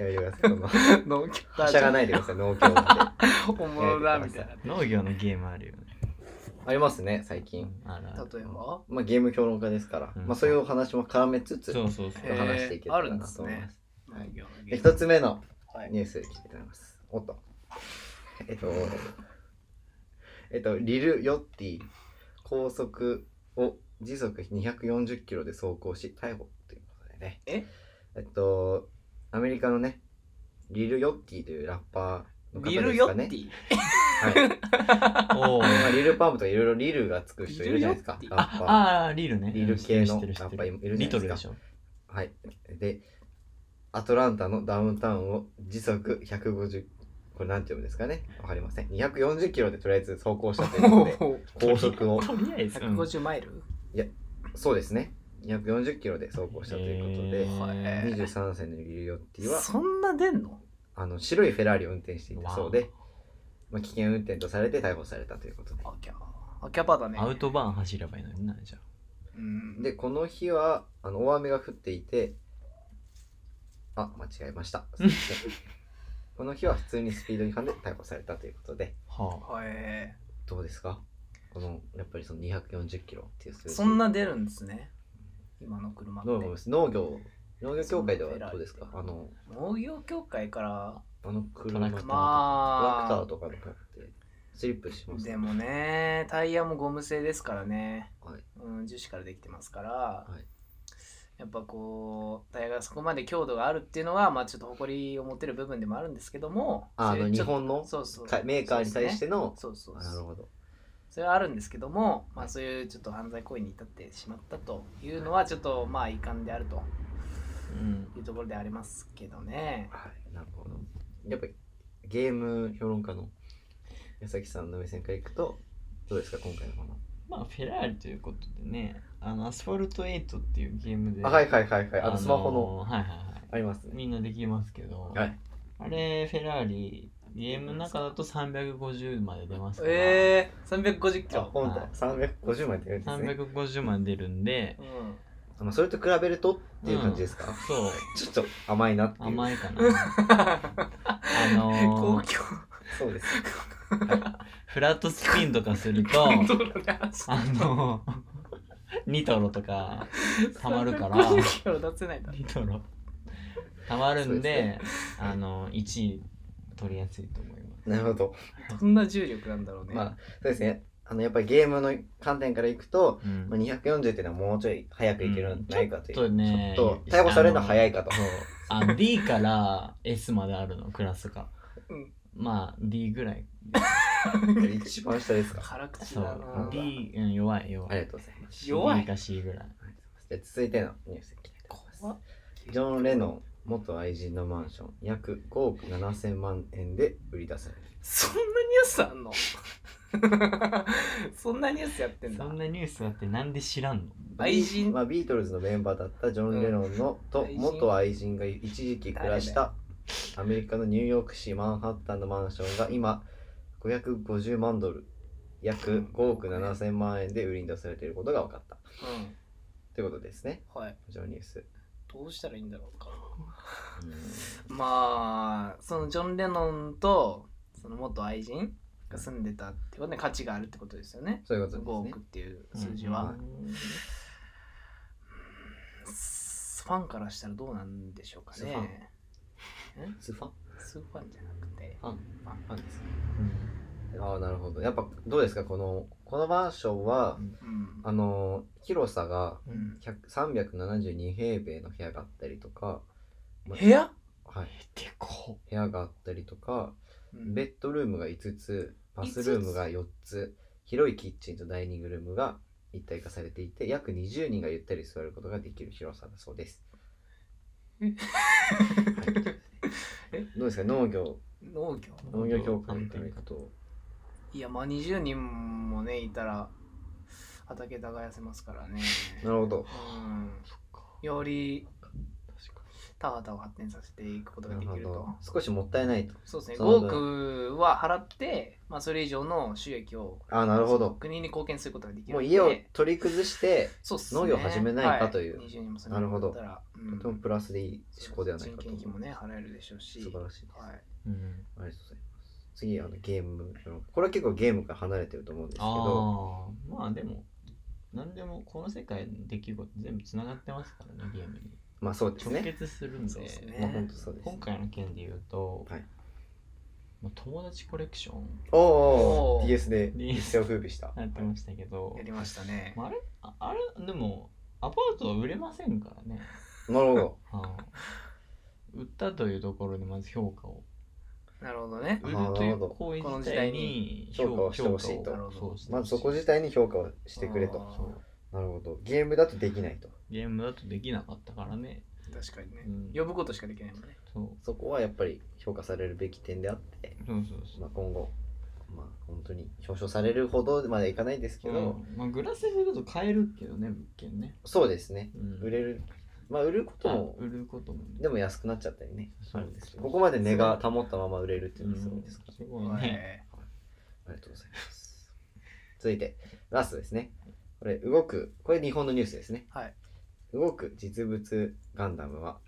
[SPEAKER 1] ろ
[SPEAKER 2] やめてくださいその
[SPEAKER 1] 農業
[SPEAKER 2] は *laughs* しゃがないいでください農協だって
[SPEAKER 1] 本物だみたいな
[SPEAKER 3] 農業のゲームあるよね。
[SPEAKER 2] ありますね最近
[SPEAKER 3] うんあるある
[SPEAKER 1] 例えば
[SPEAKER 2] まあ、ゲーム評論家ですから、
[SPEAKER 3] うん
[SPEAKER 2] まあ、そういうお話も絡めつつ
[SPEAKER 3] そうそうそう
[SPEAKER 2] ちょっと話していけたらなと思い
[SPEAKER 1] へーあるん
[SPEAKER 2] ま。
[SPEAKER 1] です農業の
[SPEAKER 2] で
[SPEAKER 1] ゲーム
[SPEAKER 2] 一つ目の
[SPEAKER 1] はい
[SPEAKER 2] ニュース来ています。おっと。えっと、えっと、リル・ヨッティ、高速を時速240キロで走行し、逮捕ということでね。
[SPEAKER 1] え
[SPEAKER 2] えっと、アメリカのね、リル・ヨッティというラッパーの方です
[SPEAKER 1] ビ
[SPEAKER 2] かね。
[SPEAKER 1] ルヨッティ
[SPEAKER 2] はい。
[SPEAKER 3] お
[SPEAKER 2] まあ、
[SPEAKER 3] ー
[SPEAKER 2] リル・パンプとかいろいろリルがつく人いるじゃないですか。
[SPEAKER 1] リルヨッティ
[SPEAKER 2] ラッパー。
[SPEAKER 3] ああ、リルね。
[SPEAKER 2] リル系の
[SPEAKER 3] 知ってる知ってる知って
[SPEAKER 2] やっぱいるじゃないですか
[SPEAKER 3] リトルでしょ。
[SPEAKER 2] はい。で、アトランタのダウンタウンを時速150、これなんて読むんですかねわかりません。240キロでとりあえず走行したということ
[SPEAKER 1] *laughs*
[SPEAKER 2] で、高速を、
[SPEAKER 3] とりあえず。うん
[SPEAKER 1] 150マイル
[SPEAKER 2] そうですね。240キロで走行したというこ
[SPEAKER 3] へ
[SPEAKER 2] と
[SPEAKER 3] ー
[SPEAKER 2] で、23歳のリル・ヨッティは、
[SPEAKER 1] そんな出んの
[SPEAKER 2] あの、白いフェラーリを運転していたそう
[SPEAKER 3] わ
[SPEAKER 2] で、まあ、危険運転とされて逮捕されたということで。
[SPEAKER 1] あキャあキャパだね
[SPEAKER 3] アウトバーン走ればいいのにな、じゃ
[SPEAKER 1] うん
[SPEAKER 2] で、この日は、あの、大雨が降っていて、あ、間違えました。すいませんこの日は普通にスピード違反で逮捕されたということで、
[SPEAKER 3] あ。は
[SPEAKER 1] へ
[SPEAKER 2] どうですかこのやっぱりその240キロっていう数
[SPEAKER 1] え
[SPEAKER 2] 字
[SPEAKER 1] そんな出るんですね今の車っ
[SPEAKER 2] どう思いま
[SPEAKER 1] て
[SPEAKER 2] す農業農業協会ではどうですかあの
[SPEAKER 1] 農業協会から
[SPEAKER 2] あの車
[SPEAKER 3] トラク
[SPEAKER 2] トラクタ
[SPEAKER 3] ター
[SPEAKER 2] ー
[SPEAKER 1] まあ
[SPEAKER 2] とかの方ってスリップします
[SPEAKER 1] でもねタイヤもゴム製ですからね、
[SPEAKER 2] はい
[SPEAKER 1] うん、樹脂からできてますから、
[SPEAKER 2] い
[SPEAKER 1] やっぱこうタイヤがそこまで強度があるっていうのはまあちょっと誇りを持てる部分でもあるんですけども
[SPEAKER 2] ああ
[SPEAKER 1] そ
[SPEAKER 2] の
[SPEAKER 1] れち
[SPEAKER 2] 日
[SPEAKER 1] ょっと
[SPEAKER 2] 本の
[SPEAKER 1] そうそう
[SPEAKER 2] かメーカーに対しての
[SPEAKER 1] そうですねそう
[SPEAKER 2] あ
[SPEAKER 1] そう
[SPEAKER 2] なる
[SPEAKER 1] そう
[SPEAKER 2] ほど
[SPEAKER 1] それはあるんですけども、まあ、そういうちょっと犯罪行為に至ってしまったというのはちょっとまあ遺憾であると
[SPEAKER 3] あ。うん。
[SPEAKER 1] いうところでありますけどね
[SPEAKER 2] はいなるほどやっぱりゲーム評論家の矢崎さんの目線からいくとどうですか今回のこの
[SPEAKER 3] まあ、フェラーリということでね、あの、アスファルト8っていうゲームで。
[SPEAKER 2] あはいはいはいはいあのスマホの
[SPEAKER 3] のー。はいはいはい。
[SPEAKER 2] ありますね
[SPEAKER 3] みんなできますけど、
[SPEAKER 2] はい
[SPEAKER 3] あれフェラーリゲームの中だと350まで出ますから、
[SPEAKER 1] ええー、350キ
[SPEAKER 2] あ
[SPEAKER 1] ロ、
[SPEAKER 2] 本当350枚出るんですね
[SPEAKER 3] 350まで出るんで
[SPEAKER 2] *laughs*
[SPEAKER 1] うん、
[SPEAKER 2] まあそれと比べるとっていう感じですか
[SPEAKER 3] そう
[SPEAKER 2] ちょっと甘いなっていう
[SPEAKER 3] 甘い
[SPEAKER 2] *laughs*
[SPEAKER 3] かなあの
[SPEAKER 1] 公
[SPEAKER 3] ー
[SPEAKER 1] 共
[SPEAKER 2] そうです
[SPEAKER 3] フラットスピンとかする
[SPEAKER 1] *laughs*
[SPEAKER 3] と
[SPEAKER 1] 道路で走
[SPEAKER 3] あ
[SPEAKER 1] って
[SPEAKER 3] のー *laughs* ニトロと
[SPEAKER 2] *laughs*
[SPEAKER 3] かたまるから
[SPEAKER 1] 350キロ出せないだろ
[SPEAKER 3] ニトロたまるんで
[SPEAKER 2] そう
[SPEAKER 3] あのー1位取りやすいと思います
[SPEAKER 2] なるほど
[SPEAKER 1] どんな重力なんだろうね、
[SPEAKER 2] まあそうですねあのやっぱりゲームの観点からいくと、
[SPEAKER 3] うん
[SPEAKER 2] まあ、240っていうのはもうちょい早くいけるんじゃないかという、
[SPEAKER 3] うんちょっとね
[SPEAKER 2] ちょっと逮捕されるのは早いかと
[SPEAKER 3] あ D から S まであるのクラスが、
[SPEAKER 1] うん
[SPEAKER 3] まあ D ぐらい
[SPEAKER 2] 一番下ですか
[SPEAKER 1] 辛口
[SPEAKER 3] そ
[SPEAKER 1] だ
[SPEAKER 3] う
[SPEAKER 1] な
[SPEAKER 3] D、うん、弱い弱
[SPEAKER 2] あり
[SPEAKER 3] い
[SPEAKER 2] がとうございます
[SPEAKER 1] 弱い
[SPEAKER 3] D か C ぐらい
[SPEAKER 2] じゃあ続いてのニュースいきたいと思います
[SPEAKER 1] 怖っ
[SPEAKER 2] ジョン・レノン元愛人のマンション約5億7千万円で売り出される
[SPEAKER 1] そんなニュースあんの *laughs* そんなニュースやってんだ
[SPEAKER 3] そんなニュースだってなんで知らんの
[SPEAKER 1] 愛人
[SPEAKER 2] まあ、ビートルズのメンバーだったジョン・レノンの、と
[SPEAKER 1] 愛人
[SPEAKER 2] 元愛人が一時期暮らしたアメリカのニューヨーク市マンハッタンのマンションが今550万ドル約5億7千万円で売りに出されていることが分かった
[SPEAKER 1] う
[SPEAKER 2] ということですね
[SPEAKER 1] んはい
[SPEAKER 2] 以上ニュース
[SPEAKER 1] どうしたらいいんだろうかまあそのジョン・レノンとその元愛人が住んでたってことで価値があるってことですよね
[SPEAKER 2] そういうこと
[SPEAKER 1] 5
[SPEAKER 2] です
[SPEAKER 1] 億
[SPEAKER 2] ね
[SPEAKER 1] っていう数字は、ファンからしたらどうなんでしょうか
[SPEAKER 2] スファン
[SPEAKER 1] ねえ
[SPEAKER 2] スファン
[SPEAKER 1] スーファンじゃなくて
[SPEAKER 2] ファン
[SPEAKER 1] ファン
[SPEAKER 2] ファンですねああなるほどやっぱどうですかこのこのマンションは
[SPEAKER 1] うん
[SPEAKER 2] あの広さが
[SPEAKER 1] うん
[SPEAKER 2] 100 372平米の部屋があったりとか、ま
[SPEAKER 1] 部屋、
[SPEAKER 2] はい、
[SPEAKER 3] でこ
[SPEAKER 2] 部屋があったりとか
[SPEAKER 1] うん
[SPEAKER 2] ベッドルームが5つバスルームが4つ広いキッチンとダイニングルームが一体化されていて約20人がゆったり座ることができる広さだそうです。はい
[SPEAKER 1] え
[SPEAKER 2] どうですか農業
[SPEAKER 1] 農業
[SPEAKER 2] 農業協会から行くと
[SPEAKER 1] いやまあ20人もねいたら畑耕せますからね
[SPEAKER 2] なるほど
[SPEAKER 1] うん
[SPEAKER 3] そっか
[SPEAKER 1] より
[SPEAKER 3] 確か
[SPEAKER 1] 田畑を発展させていくことが
[SPEAKER 2] な
[SPEAKER 1] でき
[SPEAKER 2] るほ
[SPEAKER 1] ると
[SPEAKER 2] ど少しもったいないと
[SPEAKER 1] そうですね5
[SPEAKER 2] そうだ
[SPEAKER 1] 億は払って、まあ、それ以上の収益を
[SPEAKER 2] あなるほど
[SPEAKER 1] 国に貢献することができる
[SPEAKER 2] も
[SPEAKER 1] の
[SPEAKER 2] う
[SPEAKER 1] で
[SPEAKER 2] 家を取り崩して
[SPEAKER 1] そうっす
[SPEAKER 2] 農業を始めないかという
[SPEAKER 1] は20人もそれ
[SPEAKER 2] なるほど
[SPEAKER 1] だったらう
[SPEAKER 2] と
[SPEAKER 1] ん
[SPEAKER 2] てもプラスでいい思考ではないかと
[SPEAKER 1] 人件費もね払えるでしょうし
[SPEAKER 2] 素晴らしいです
[SPEAKER 1] はい
[SPEAKER 2] ありがと
[SPEAKER 3] にうん
[SPEAKER 2] うございます次あのゲームこれは結構ゲームから離れてると思うんですけど
[SPEAKER 3] ああまあでも何でもこの世界の出来事全部つながってますからねゲームに
[SPEAKER 2] まあそうです
[SPEAKER 3] 直
[SPEAKER 2] ね
[SPEAKER 3] 結するん
[SPEAKER 1] そう
[SPEAKER 3] で
[SPEAKER 1] ですね
[SPEAKER 2] まあ本当そうです
[SPEAKER 3] 今回の件で言うと、
[SPEAKER 2] はい
[SPEAKER 3] まあ、友達コレクション
[SPEAKER 2] おお
[SPEAKER 1] おー
[SPEAKER 2] DS で
[SPEAKER 3] DS
[SPEAKER 2] 一世を風靡した
[SPEAKER 3] やってましたけど、
[SPEAKER 1] やりましたね
[SPEAKER 3] まあ、あれああれでもアパートは売れませんからね、
[SPEAKER 2] なるほ
[SPEAKER 3] *laughs*
[SPEAKER 2] ど
[SPEAKER 3] あの売ったというところにまず評価を
[SPEAKER 1] なるほどね
[SPEAKER 2] あ
[SPEAKER 3] 売る
[SPEAKER 2] ー
[SPEAKER 3] という行為
[SPEAKER 1] この
[SPEAKER 3] 自
[SPEAKER 1] 時代
[SPEAKER 3] 体
[SPEAKER 1] に
[SPEAKER 3] に
[SPEAKER 2] 評価をしてほしいと
[SPEAKER 3] 評価をそうしてほしい
[SPEAKER 2] まずそこ自体に評価をしてくれ
[SPEAKER 1] あ
[SPEAKER 2] と
[SPEAKER 1] ー
[SPEAKER 3] そう
[SPEAKER 2] なるほどゲームだとできないと
[SPEAKER 3] ゲームだとできなかったからね、
[SPEAKER 1] 確かにね
[SPEAKER 3] うん
[SPEAKER 1] 呼ぶことしかできないもんね
[SPEAKER 3] そう
[SPEAKER 2] そこはやっぱり評価されるべき点であって、
[SPEAKER 3] そうそうそう
[SPEAKER 2] まあ、今後まあ本当に表彰されるほどまではいかないですけど、
[SPEAKER 3] うんまあ、グラスフルと買えるけどね物件ね、
[SPEAKER 2] そうですね
[SPEAKER 3] うん
[SPEAKER 2] 売れるまあ売ること
[SPEAKER 3] あ
[SPEAKER 2] も
[SPEAKER 3] 売ることもね
[SPEAKER 2] でも安くなっちゃったりね
[SPEAKER 3] そ
[SPEAKER 2] あ
[SPEAKER 3] う
[SPEAKER 2] るんですけどここまで値が保ったまま売れるっていうのはすごいですから
[SPEAKER 3] すごいね。
[SPEAKER 2] ありがとうございます。続いて、ラストですね。これ、動く、これ日本のニュースですね。
[SPEAKER 1] はい
[SPEAKER 2] 動く実物ガンダムは、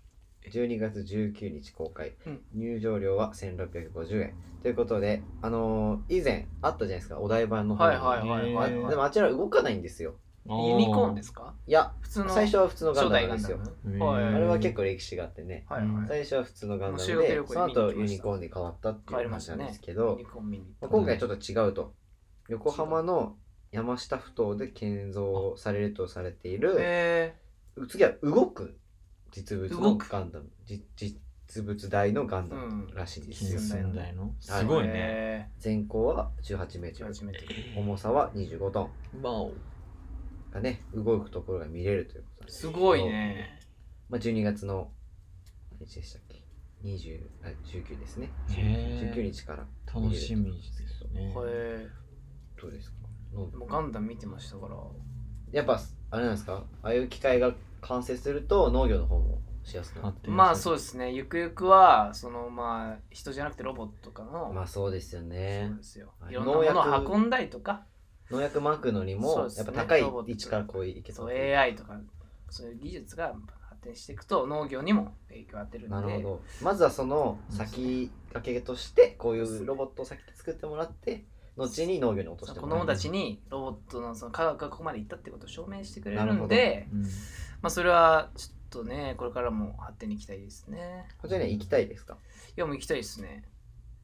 [SPEAKER 2] 12月19日公開、
[SPEAKER 1] うん
[SPEAKER 2] 入場料は1650円。ということで、あのー以前あったじゃないですか、お台場の方
[SPEAKER 1] はい
[SPEAKER 2] に。
[SPEAKER 1] はいはいはい
[SPEAKER 2] あ
[SPEAKER 3] へー。
[SPEAKER 2] でもあちら動かないんですよ。
[SPEAKER 1] ユニコーンですすか
[SPEAKER 2] いや、
[SPEAKER 1] 普通の
[SPEAKER 2] 最初は普通のガン
[SPEAKER 1] 初
[SPEAKER 2] ダ
[SPEAKER 1] 代
[SPEAKER 2] ム
[SPEAKER 1] ガ
[SPEAKER 2] で
[SPEAKER 1] ン
[SPEAKER 2] す
[SPEAKER 1] ダ
[SPEAKER 2] よ。
[SPEAKER 1] ム
[SPEAKER 3] へー
[SPEAKER 1] はい
[SPEAKER 2] あれは結構歴史があってね、
[SPEAKER 1] はいはい
[SPEAKER 2] 最初は普通のガンダム
[SPEAKER 1] 修学
[SPEAKER 2] で
[SPEAKER 1] 旅、行
[SPEAKER 2] その
[SPEAKER 1] で見に行き
[SPEAKER 2] 後ユ
[SPEAKER 1] ました
[SPEAKER 2] ニコーンに変わったっていう話なんですけど、
[SPEAKER 1] ユニコーン見に行った
[SPEAKER 2] 今回ちょっと違うと横浜の山下ふ頭で建造されるとされている
[SPEAKER 1] へ
[SPEAKER 2] 次は動く実物
[SPEAKER 1] 動
[SPEAKER 2] の
[SPEAKER 1] く
[SPEAKER 2] ガンダムじ実物大のガ
[SPEAKER 1] ー
[SPEAKER 2] ン
[SPEAKER 1] う
[SPEAKER 2] ダム
[SPEAKER 1] ん
[SPEAKER 2] らしいんです
[SPEAKER 3] 近
[SPEAKER 2] よ、
[SPEAKER 1] うん
[SPEAKER 3] 寸大の。
[SPEAKER 2] はい
[SPEAKER 3] すごいね。
[SPEAKER 1] へ
[SPEAKER 2] 全高は1 8メー
[SPEAKER 1] ー
[SPEAKER 2] トル
[SPEAKER 1] 18メートル
[SPEAKER 2] 重さは25トン
[SPEAKER 3] わお。
[SPEAKER 2] がね動くところが見れるということです
[SPEAKER 1] すごいね
[SPEAKER 2] まあ、12月の何日でしたっけ20あ19ですね
[SPEAKER 3] へ
[SPEAKER 2] 19
[SPEAKER 3] え。
[SPEAKER 2] 日から
[SPEAKER 3] 楽しみですね。
[SPEAKER 1] へ
[SPEAKER 2] どうですかの
[SPEAKER 1] ーもうガンダム見てましたから
[SPEAKER 2] やっぱあれなんですかああいう機械が完成すると農業の方もしやすくなって
[SPEAKER 1] まあそう
[SPEAKER 3] う。
[SPEAKER 1] ですねゆくゆくはそのまあ人じゃなくてロボットとかの、
[SPEAKER 2] まあそうですよね
[SPEAKER 1] そうですよ
[SPEAKER 2] はい
[SPEAKER 1] いろんなも
[SPEAKER 2] 農
[SPEAKER 1] の
[SPEAKER 2] 薬
[SPEAKER 1] を運んだりとか
[SPEAKER 2] 農薬まくのに
[SPEAKER 1] そう
[SPEAKER 2] も
[SPEAKER 1] です
[SPEAKER 2] やっ
[SPEAKER 1] ね
[SPEAKER 2] ぱ高い
[SPEAKER 1] ロボット
[SPEAKER 2] 位置からこういけた
[SPEAKER 1] そ
[SPEAKER 2] っ
[SPEAKER 1] う
[SPEAKER 2] ていう
[SPEAKER 1] AI とかそういう技術が発展していくと農業にも影響を与える
[SPEAKER 2] な
[SPEAKER 1] の
[SPEAKER 2] るほ
[SPEAKER 1] で
[SPEAKER 2] どまずはその先駆けとしてこういうロボットを先に作ってもらって後に農業に落と
[SPEAKER 1] そ
[SPEAKER 2] し
[SPEAKER 1] の
[SPEAKER 2] て
[SPEAKER 1] 子
[SPEAKER 2] もら
[SPEAKER 1] 供
[SPEAKER 2] う
[SPEAKER 1] たちにロボットのその科学がここまで行ったってことを証明してくれ
[SPEAKER 2] なる
[SPEAKER 1] る
[SPEAKER 2] ほど
[SPEAKER 1] んで
[SPEAKER 3] うん
[SPEAKER 1] まあそれはちょっとねこれからも発展に行きたいですね
[SPEAKER 2] こちらには行きたいですか
[SPEAKER 1] いやもう行きたいですね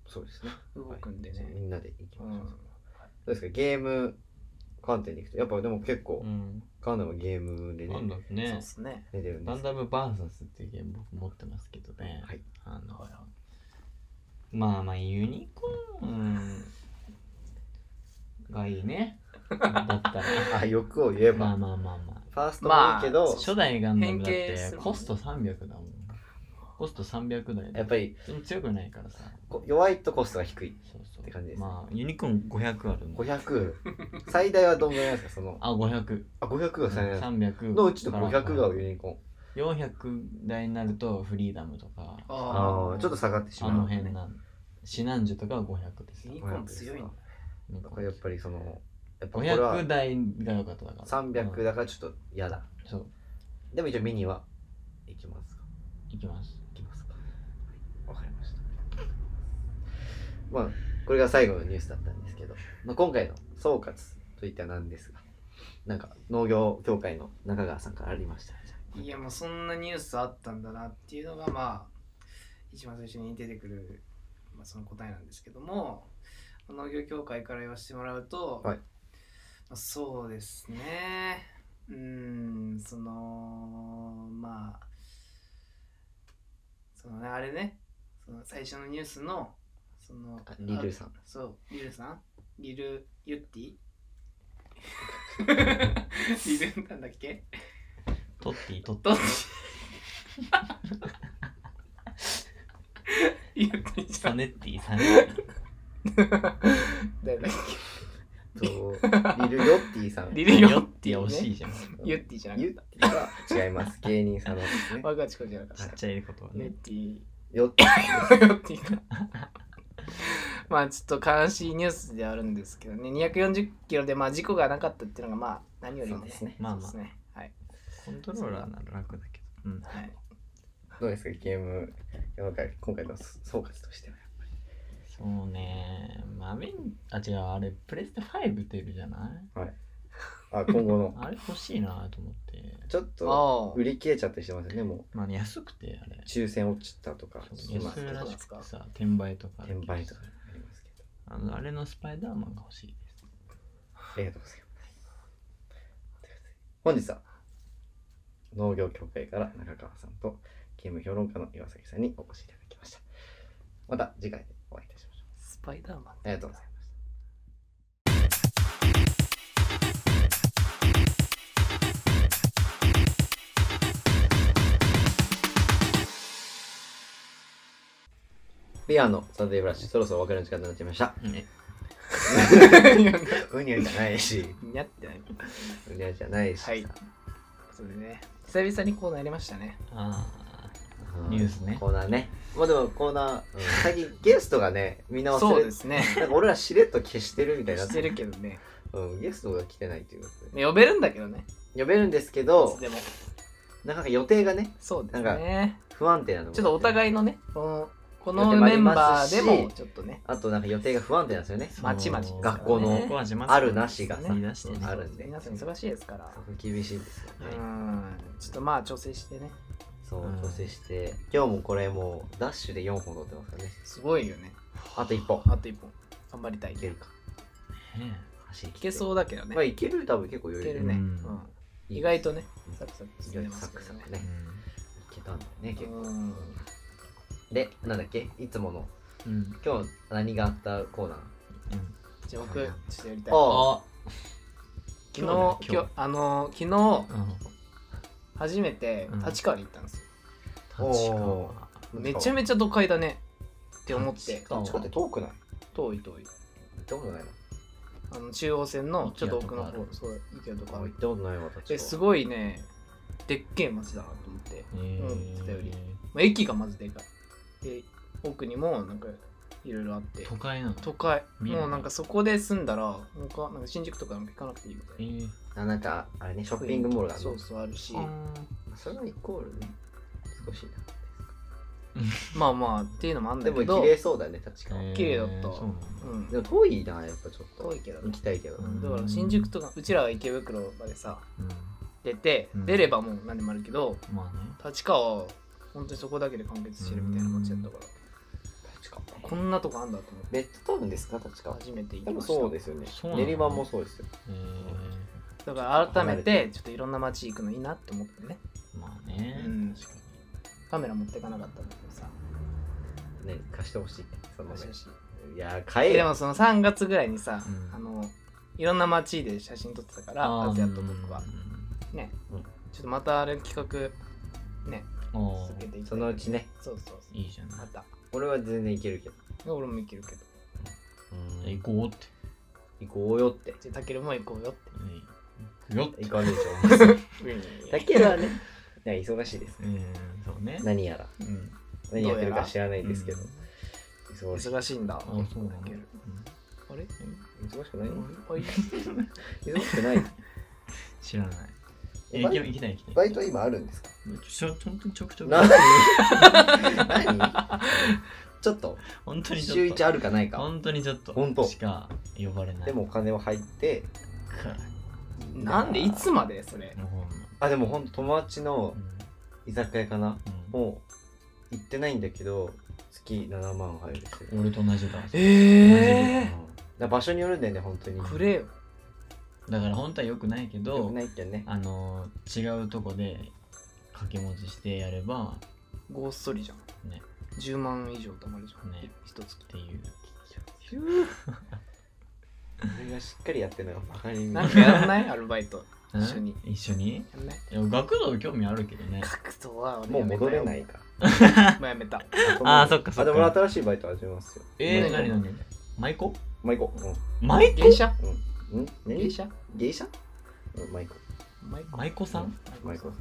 [SPEAKER 2] そうですね
[SPEAKER 1] 動くんで
[SPEAKER 2] はい
[SPEAKER 1] ね、
[SPEAKER 2] みんなで行きましょう、
[SPEAKER 1] うん
[SPEAKER 2] どうですかゲーム観点に行くとやっぱでも結構
[SPEAKER 3] うん。
[SPEAKER 2] ガンダムはゲームで
[SPEAKER 3] な
[SPEAKER 2] ね
[SPEAKER 3] んだろう
[SPEAKER 1] そう
[SPEAKER 3] ね
[SPEAKER 1] で。すね
[SPEAKER 2] 出てるん
[SPEAKER 3] ガ
[SPEAKER 2] です
[SPEAKER 3] ンダムバーサスっていうゲーム僕持ってますけどね。
[SPEAKER 2] はい。
[SPEAKER 3] あの
[SPEAKER 1] はいは
[SPEAKER 3] まあまあユニコーンがいいね。だ
[SPEAKER 1] *laughs*
[SPEAKER 3] ったら。
[SPEAKER 2] あ欲を言えば、
[SPEAKER 3] まあまあまあまあ。
[SPEAKER 2] ファーストもいいけど、
[SPEAKER 1] まあ
[SPEAKER 3] 初代ガンダムだ
[SPEAKER 1] 変
[SPEAKER 3] っ
[SPEAKER 1] 形す
[SPEAKER 3] て
[SPEAKER 1] るもんね
[SPEAKER 3] コスト300だもん。コスト300台で
[SPEAKER 2] やっぱり
[SPEAKER 3] 別に強くないからさ。
[SPEAKER 2] こ弱いとコストが低い
[SPEAKER 3] そうそう。
[SPEAKER 2] って感じですね
[SPEAKER 3] まあ、ユニコーン500あるの。
[SPEAKER 2] 500最大はどんぐらいなんですかその
[SPEAKER 3] あ、500。
[SPEAKER 2] あ500が最大なんです
[SPEAKER 3] 300。
[SPEAKER 2] のうちの500がユニコーン
[SPEAKER 3] 400台になるとフリーダムとか、
[SPEAKER 2] ああちょっと
[SPEAKER 1] と
[SPEAKER 2] 下がってし
[SPEAKER 3] あ
[SPEAKER 2] まう
[SPEAKER 3] の辺な。シナンジュとかは500です
[SPEAKER 1] ユ
[SPEAKER 3] よ。
[SPEAKER 1] ニ
[SPEAKER 3] ユ
[SPEAKER 1] コーン強いんだ
[SPEAKER 3] ニ
[SPEAKER 2] だ
[SPEAKER 3] コ
[SPEAKER 2] か
[SPEAKER 3] ーン
[SPEAKER 2] らやっぱりそのやっぱこれは
[SPEAKER 3] 500台が良かっただから。
[SPEAKER 2] 300
[SPEAKER 3] だ。
[SPEAKER 2] だからちょっと嫌だ
[SPEAKER 3] そう。
[SPEAKER 2] でも一応ミニは行行きますか
[SPEAKER 3] いきます
[SPEAKER 2] 行きますかはいわかりましたまあこれが最後のニュースだったんですけど、まあ、今回の総括といったなんですがなんか農業協会の中川さんからありましたじゃあ
[SPEAKER 1] いやもうそんなニュースあったんだなっていうのがまあ一番最初に出てくる、まあ、その答えなんですけども農業協会から言わせてもらうと、
[SPEAKER 2] はい
[SPEAKER 1] まあ、そうですねうんそのまあそのねあれねその最初のニュースのその
[SPEAKER 2] あリルさん
[SPEAKER 1] そう、リルさんリル・ユッティ *laughs* リルなんだっけ
[SPEAKER 3] トッティトッテ
[SPEAKER 1] どっちユッティ
[SPEAKER 3] ィ
[SPEAKER 1] さ
[SPEAKER 3] サ
[SPEAKER 1] ん
[SPEAKER 3] ネッティサネッティ
[SPEAKER 1] 誰だっ
[SPEAKER 2] とリルヨッティさん
[SPEAKER 1] けリル・ユ
[SPEAKER 3] ヨ
[SPEAKER 1] ッ
[SPEAKER 3] ッテ
[SPEAKER 1] ティ
[SPEAKER 3] ィ惜しい
[SPEAKER 1] ね
[SPEAKER 3] じゃん
[SPEAKER 1] ユッティじゃなかっ
[SPEAKER 2] ユッティは違います芸人さんので
[SPEAKER 1] *laughs*
[SPEAKER 2] すね
[SPEAKER 1] た若智子じゃなかっ
[SPEAKER 3] ちったちゃいことは
[SPEAKER 1] ユ
[SPEAKER 3] ね
[SPEAKER 1] ッティ
[SPEAKER 2] ヨッティさんです
[SPEAKER 1] 迷っていたまあちょっと悲しいニュースではあるんですけどね240キロでまあ事故がなかったっていうのがまあ何よりも
[SPEAKER 2] そうですね
[SPEAKER 3] まあまあ
[SPEAKER 1] そうですねはい、
[SPEAKER 3] コントローラーなら楽だけどうん
[SPEAKER 1] はい、
[SPEAKER 2] どうですかゲーム協会今回の総括としては
[SPEAKER 3] そうねまあベンあ違うあれプレステ5出るじゃない
[SPEAKER 2] あ今後の
[SPEAKER 3] あれ欲しいなと思って
[SPEAKER 2] *laughs* ちょっと
[SPEAKER 1] あ
[SPEAKER 2] 売り切れちゃったりしてますよねも
[SPEAKER 3] まあ安くてあれ
[SPEAKER 2] う抽選落ちたとか聞きますけ
[SPEAKER 3] 安い
[SPEAKER 2] ど
[SPEAKER 3] ら
[SPEAKER 1] 安
[SPEAKER 3] し
[SPEAKER 1] い
[SPEAKER 3] くてさ転売とか
[SPEAKER 2] 転売とかありますけど
[SPEAKER 3] あのあれのスパイダーマンが欲しいです
[SPEAKER 2] ありがとうございますということで本日は農業協会から中川さんとゲーム評論家の岩崎さんにお越しいただきましたまた次回でお会いいたしましょう
[SPEAKER 1] スパイダーマン *laughs*
[SPEAKER 2] ありがとうございましたビアのサタデーブラッシュ、そろそろお別れの時間になってきました。
[SPEAKER 3] ね
[SPEAKER 2] うにゃじゃないし、
[SPEAKER 1] にゃってないう
[SPEAKER 2] にゃじゃないしさ。
[SPEAKER 1] はいそれでね久々にこうなりましたね
[SPEAKER 3] あ
[SPEAKER 2] うん
[SPEAKER 3] ニュースね
[SPEAKER 2] コーナーね。まあでもコーナー、最近ゲストがね、みんな忘
[SPEAKER 1] そうで
[SPEAKER 2] れて、
[SPEAKER 1] すね
[SPEAKER 2] なんか俺らしれっと消してるみたいになっ
[SPEAKER 1] しててる
[SPEAKER 2] る。
[SPEAKER 1] けどね
[SPEAKER 2] うん、ゲストが来てないということで。
[SPEAKER 1] ね呼べるんだけどね
[SPEAKER 2] 呼べるんですけ
[SPEAKER 1] い
[SPEAKER 2] ど
[SPEAKER 1] つ、でも
[SPEAKER 2] なかなか予定がね、
[SPEAKER 1] そうです
[SPEAKER 2] な
[SPEAKER 1] ね
[SPEAKER 2] 不安定なのもあ
[SPEAKER 1] ちょっとお互いのねこのこの
[SPEAKER 2] 予定もあ
[SPEAKER 1] メ
[SPEAKER 2] り
[SPEAKER 1] ン
[SPEAKER 2] ま
[SPEAKER 1] バ
[SPEAKER 2] す
[SPEAKER 1] ー
[SPEAKER 2] し
[SPEAKER 1] でもちょっとね
[SPEAKER 2] あとなんか予定が不安定なんですよね。
[SPEAKER 3] ー
[SPEAKER 1] まちまち
[SPEAKER 3] そう
[SPEAKER 2] 学校の
[SPEAKER 3] 学校は自慢
[SPEAKER 2] あるなしがさ、
[SPEAKER 3] 言い出してね
[SPEAKER 2] あるんで。
[SPEAKER 1] 皆さん忙しいですから
[SPEAKER 2] そこ厳しいんですよ
[SPEAKER 1] う
[SPEAKER 2] ね。
[SPEAKER 1] んちょっとまあ調整してね
[SPEAKER 2] そう
[SPEAKER 3] うん、
[SPEAKER 2] 調整して、今日もこれもうダッシュで4本取ってますからね。
[SPEAKER 1] すごいよね
[SPEAKER 2] あと1本。
[SPEAKER 1] あと一本頑張りたい
[SPEAKER 2] いけるか。
[SPEAKER 3] ね
[SPEAKER 2] 走り切
[SPEAKER 1] い
[SPEAKER 2] っ
[SPEAKER 1] け
[SPEAKER 2] て
[SPEAKER 1] そうだけど
[SPEAKER 2] まあ
[SPEAKER 1] ね
[SPEAKER 2] いける多分結構
[SPEAKER 1] い
[SPEAKER 2] 余
[SPEAKER 1] け
[SPEAKER 2] 裕
[SPEAKER 1] るね
[SPEAKER 3] う
[SPEAKER 1] うんん意外とね
[SPEAKER 2] うん
[SPEAKER 1] サクサク
[SPEAKER 2] 意
[SPEAKER 1] 進ん
[SPEAKER 2] 外
[SPEAKER 1] でま
[SPEAKER 2] と
[SPEAKER 1] す
[SPEAKER 2] サ
[SPEAKER 1] け
[SPEAKER 2] ク
[SPEAKER 1] ど
[SPEAKER 2] サ
[SPEAKER 1] ね
[SPEAKER 2] クね。いけたんだよね、結構。
[SPEAKER 1] うん
[SPEAKER 2] で、なんだっけいつもの、
[SPEAKER 3] うんうん
[SPEAKER 2] 今日何があったコーナー
[SPEAKER 3] うん
[SPEAKER 1] じゃあ僕ちょっとやりたい
[SPEAKER 2] あ
[SPEAKER 3] あ
[SPEAKER 1] 昨日今日あの昨日
[SPEAKER 3] う
[SPEAKER 1] 初めて
[SPEAKER 3] うん
[SPEAKER 1] 立川に行ったんですよ
[SPEAKER 3] ん立
[SPEAKER 2] お
[SPEAKER 3] 川
[SPEAKER 1] めちゃめちゃ都会だねって思って
[SPEAKER 3] 立川
[SPEAKER 2] どっちかって遠くない
[SPEAKER 1] 遠い遠い
[SPEAKER 2] 行ったことないな。
[SPEAKER 1] あの中央線のちょっと奥の
[SPEAKER 3] イケアとかあ
[SPEAKER 1] 方
[SPEAKER 3] る
[SPEAKER 1] そう池とか
[SPEAKER 2] あ行ったことないわ、私
[SPEAKER 1] え
[SPEAKER 2] は
[SPEAKER 1] すごいねでっけえ街だなと思って、
[SPEAKER 3] えー
[SPEAKER 1] うん言ってたよりまあ、駅がまずでかいで奥にもなんかいろいろあって
[SPEAKER 3] 都会なの
[SPEAKER 1] 都会
[SPEAKER 3] 見えない
[SPEAKER 1] もうなんかそこで住んだらもうかなんか新宿とかなんか行かなくていいみた
[SPEAKER 3] え
[SPEAKER 1] いな
[SPEAKER 3] ー
[SPEAKER 2] あなんか、あれね、ショッピングモールがある
[SPEAKER 1] そ
[SPEAKER 2] の
[SPEAKER 1] うそうあるし
[SPEAKER 2] それはイコールね、少しな。
[SPEAKER 1] まあまあっていうのもあるん
[SPEAKER 2] で
[SPEAKER 1] だ
[SPEAKER 2] も
[SPEAKER 1] け
[SPEAKER 2] 綺
[SPEAKER 1] ど
[SPEAKER 2] 麗そうだね、確か。
[SPEAKER 3] えー
[SPEAKER 1] 綺麗だった
[SPEAKER 3] そうなんだ
[SPEAKER 1] うん
[SPEAKER 2] でも遠いな、やっぱちょっと。
[SPEAKER 1] 遠いけど
[SPEAKER 2] 行
[SPEAKER 1] ね
[SPEAKER 2] きたいけど。
[SPEAKER 1] だから新宿とかうちらは池袋までさ
[SPEAKER 3] うん
[SPEAKER 1] 出て、
[SPEAKER 3] うん
[SPEAKER 1] 出ればもう何でもあるけど
[SPEAKER 3] まあね
[SPEAKER 1] 立川は本当にそこだけで完結してるみたいな街だったから、
[SPEAKER 2] 立川。
[SPEAKER 1] こんなとこあんだと思って
[SPEAKER 2] めっちゃ遠いんですか、立川。
[SPEAKER 1] 初めて行き
[SPEAKER 2] でも
[SPEAKER 1] ました
[SPEAKER 2] そうですよね
[SPEAKER 3] そう。なの
[SPEAKER 2] 練馬もそうですよ。
[SPEAKER 3] えー
[SPEAKER 1] だから改め
[SPEAKER 2] 離れ
[SPEAKER 1] てちょっといろんな街行くのいいなって思ってね
[SPEAKER 3] まあね
[SPEAKER 1] うん
[SPEAKER 3] 確かに
[SPEAKER 1] カメラ持ってかなかったんだけどさ
[SPEAKER 2] ね、貸してほしい。その
[SPEAKER 1] もし
[SPEAKER 2] ね
[SPEAKER 1] もし
[SPEAKER 2] いやー、買え
[SPEAKER 1] で
[SPEAKER 2] よ。
[SPEAKER 1] もその3月ぐらいにさ、
[SPEAKER 3] うん
[SPEAKER 1] あのいろんな街で写真撮ってたからアジアと僕はね、
[SPEAKER 2] うん
[SPEAKER 1] ちょっとまたあれ企画
[SPEAKER 3] うんお
[SPEAKER 1] 続け
[SPEAKER 3] ー
[SPEAKER 1] ていきたい
[SPEAKER 2] そのうちね、
[SPEAKER 1] そうそうそう
[SPEAKER 3] いいじゃ
[SPEAKER 1] ま
[SPEAKER 3] ない
[SPEAKER 1] た
[SPEAKER 2] 俺は全然行けるけど。
[SPEAKER 1] 俺も行けるけど
[SPEAKER 2] うん
[SPEAKER 3] 行こうって
[SPEAKER 2] 行こうよって。
[SPEAKER 1] じゃあたけるも行こうよっ
[SPEAKER 3] うん行くよって
[SPEAKER 2] 行かねえじゃん。
[SPEAKER 1] て
[SPEAKER 2] *laughs* だけどね、いや忙しいです。
[SPEAKER 3] うんそうね
[SPEAKER 2] 何やら。
[SPEAKER 3] うん
[SPEAKER 2] 何やってるか知らないですけど
[SPEAKER 3] うん。
[SPEAKER 2] 忙しい。
[SPEAKER 1] 忙しいんだ
[SPEAKER 3] あそうな
[SPEAKER 1] た
[SPEAKER 3] の
[SPEAKER 1] ける
[SPEAKER 3] うん
[SPEAKER 1] あれ
[SPEAKER 2] 忙しくないの
[SPEAKER 1] おい
[SPEAKER 2] 忙しくない。
[SPEAKER 3] 知らない
[SPEAKER 2] え
[SPEAKER 3] 行き行きたい行きた
[SPEAKER 2] バ
[SPEAKER 3] い
[SPEAKER 2] イト今あるんです *laughs* か
[SPEAKER 3] ちょ本当にちょくちょく
[SPEAKER 2] 何何ちょっと
[SPEAKER 3] 本当にちょっと
[SPEAKER 2] 週一あるかないか
[SPEAKER 3] 本当にちょっと
[SPEAKER 2] 本当
[SPEAKER 3] しか呼ばれない
[SPEAKER 2] でもお金は入って
[SPEAKER 1] なんでいつまでそれ
[SPEAKER 3] もうほんま
[SPEAKER 2] あでもほんと友達の
[SPEAKER 3] うん
[SPEAKER 2] 居酒屋かな
[SPEAKER 3] うん
[SPEAKER 2] もう行ってないんだけど月7万入るし、うん
[SPEAKER 3] 俺と同じだ
[SPEAKER 1] え
[SPEAKER 2] だから場所によるんだよね本当に
[SPEAKER 1] くれよ
[SPEAKER 3] だから本当は良くないけ
[SPEAKER 2] よ
[SPEAKER 3] ど
[SPEAKER 2] くないっけね
[SPEAKER 3] あのー違うとこで掛け持ちしてやれば
[SPEAKER 1] ごっそりじゃん
[SPEAKER 3] ね
[SPEAKER 1] 10万以上貯まるじゃん
[SPEAKER 3] ね
[SPEAKER 1] 一つ
[SPEAKER 3] っていう
[SPEAKER 2] 俺がしっかりやってんのよバカに見
[SPEAKER 1] なんかやら
[SPEAKER 2] *laughs*
[SPEAKER 1] ないアルバイト
[SPEAKER 3] うん
[SPEAKER 1] 一緒に
[SPEAKER 3] 一緒に
[SPEAKER 1] やんない
[SPEAKER 3] いや学童興味あるけどね
[SPEAKER 1] 格闘は俺
[SPEAKER 2] もう戻れない
[SPEAKER 1] や
[SPEAKER 2] か
[SPEAKER 1] めたよもうやめた
[SPEAKER 3] あーそっかそっか
[SPEAKER 2] あでも俺新しいバイト始めますよ
[SPEAKER 3] えー、
[SPEAKER 2] もう
[SPEAKER 3] 何何舞妓
[SPEAKER 2] マイコうん
[SPEAKER 3] 舞
[SPEAKER 1] 芸
[SPEAKER 3] 妓
[SPEAKER 1] 者
[SPEAKER 2] うんん
[SPEAKER 1] 芸
[SPEAKER 2] 何
[SPEAKER 1] 者
[SPEAKER 2] 芸者うんマイコ
[SPEAKER 1] 舞妓
[SPEAKER 3] 舞妓さん
[SPEAKER 2] マイコ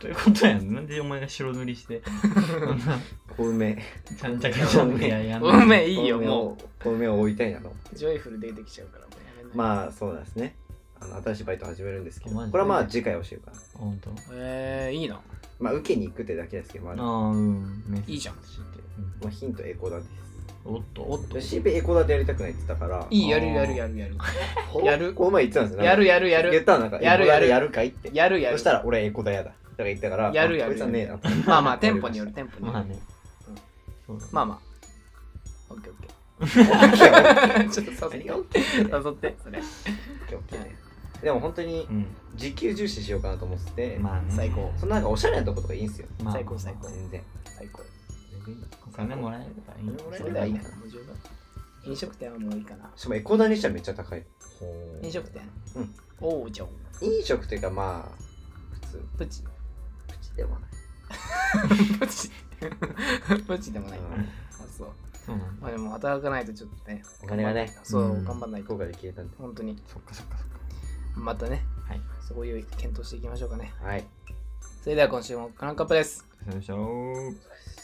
[SPEAKER 3] ということやんなんでお前が白塗り *laughs* してそんな
[SPEAKER 2] 小梅
[SPEAKER 3] ちゃんちゃかちゃんとややん
[SPEAKER 1] ごめんい
[SPEAKER 2] い
[SPEAKER 1] いよも
[SPEAKER 2] う小梅を追いたいなの
[SPEAKER 1] うジョイフル出てきちゃうからもうやめない
[SPEAKER 2] まあそうなんですねあの新しいバイト始めるんですけど
[SPEAKER 3] マジで
[SPEAKER 2] これはまあ次回教えるから
[SPEAKER 3] 本当
[SPEAKER 1] えー、いいな
[SPEAKER 2] まあ受けに行くってだけですけどま
[SPEAKER 3] あ
[SPEAKER 2] あ
[SPEAKER 3] ーうんメッセージ
[SPEAKER 1] いいじゃん
[SPEAKER 3] して
[SPEAKER 2] まあヒントエコダです
[SPEAKER 3] うんおっと
[SPEAKER 1] おっと
[SPEAKER 2] シーペエコダでやりたくないって言ったから
[SPEAKER 1] いいやるやるやるやる
[SPEAKER 2] ほ
[SPEAKER 1] やる
[SPEAKER 2] この前言ってたんですよ
[SPEAKER 1] やるやるや
[SPEAKER 2] 言っ
[SPEAKER 1] る
[SPEAKER 2] たのなんか
[SPEAKER 1] やるやる
[SPEAKER 2] エコダでやるかいって
[SPEAKER 1] やるや
[SPEAKER 2] そ
[SPEAKER 1] る
[SPEAKER 2] したら俺エコダやだだから言ったから
[SPEAKER 1] やるやる
[SPEAKER 2] あこいつはねえなと
[SPEAKER 1] まあまあ店舗による店舗によ
[SPEAKER 3] まあ
[SPEAKER 1] る
[SPEAKER 3] ね、そうだね
[SPEAKER 1] まあまあオッケーオッケー *laughs* ちょっと誘
[SPEAKER 2] 何
[SPEAKER 1] っ
[SPEAKER 2] が OK って
[SPEAKER 1] 誘ってそれ
[SPEAKER 2] OK OK ねでも本当に
[SPEAKER 3] うん
[SPEAKER 2] 時給重視しようかなと思ってて、
[SPEAKER 3] まあね
[SPEAKER 1] 最高
[SPEAKER 2] そのなんかおしゃれなとことかいいんすよ
[SPEAKER 3] まあ
[SPEAKER 1] 最高最高
[SPEAKER 2] 全然
[SPEAKER 1] 最高
[SPEAKER 3] お金もらえればいい
[SPEAKER 2] お金
[SPEAKER 1] そ
[SPEAKER 2] も
[SPEAKER 1] れ
[SPEAKER 2] ら
[SPEAKER 1] が
[SPEAKER 2] え
[SPEAKER 1] い
[SPEAKER 2] れば
[SPEAKER 1] い
[SPEAKER 2] い
[SPEAKER 1] か
[SPEAKER 2] い
[SPEAKER 1] なもう十分飲食店はもういいかな
[SPEAKER 2] しかもエコダにしてはめっちゃ高い
[SPEAKER 3] ほう
[SPEAKER 1] 飲食店
[SPEAKER 2] うん
[SPEAKER 1] おうじゃん
[SPEAKER 2] 飲食というかまあ普通
[SPEAKER 1] プチ
[SPEAKER 2] プチでもない、
[SPEAKER 1] *laughs* プ
[SPEAKER 2] *laughs*
[SPEAKER 1] チプチでもない
[SPEAKER 2] うん
[SPEAKER 1] あそう
[SPEAKER 3] そうなんだ
[SPEAKER 1] まあでも働かないとちょっとね
[SPEAKER 2] お金がね
[SPEAKER 1] そう
[SPEAKER 3] うん
[SPEAKER 1] 頑張んない
[SPEAKER 2] 福
[SPEAKER 1] と
[SPEAKER 2] 岡で消えたんで
[SPEAKER 1] 本当に
[SPEAKER 3] そっかそっかそっか
[SPEAKER 1] またね
[SPEAKER 3] はい
[SPEAKER 1] そういう検討していきましょうかね
[SPEAKER 2] はい
[SPEAKER 1] それでは今週もカランカップです
[SPEAKER 3] そうでしょう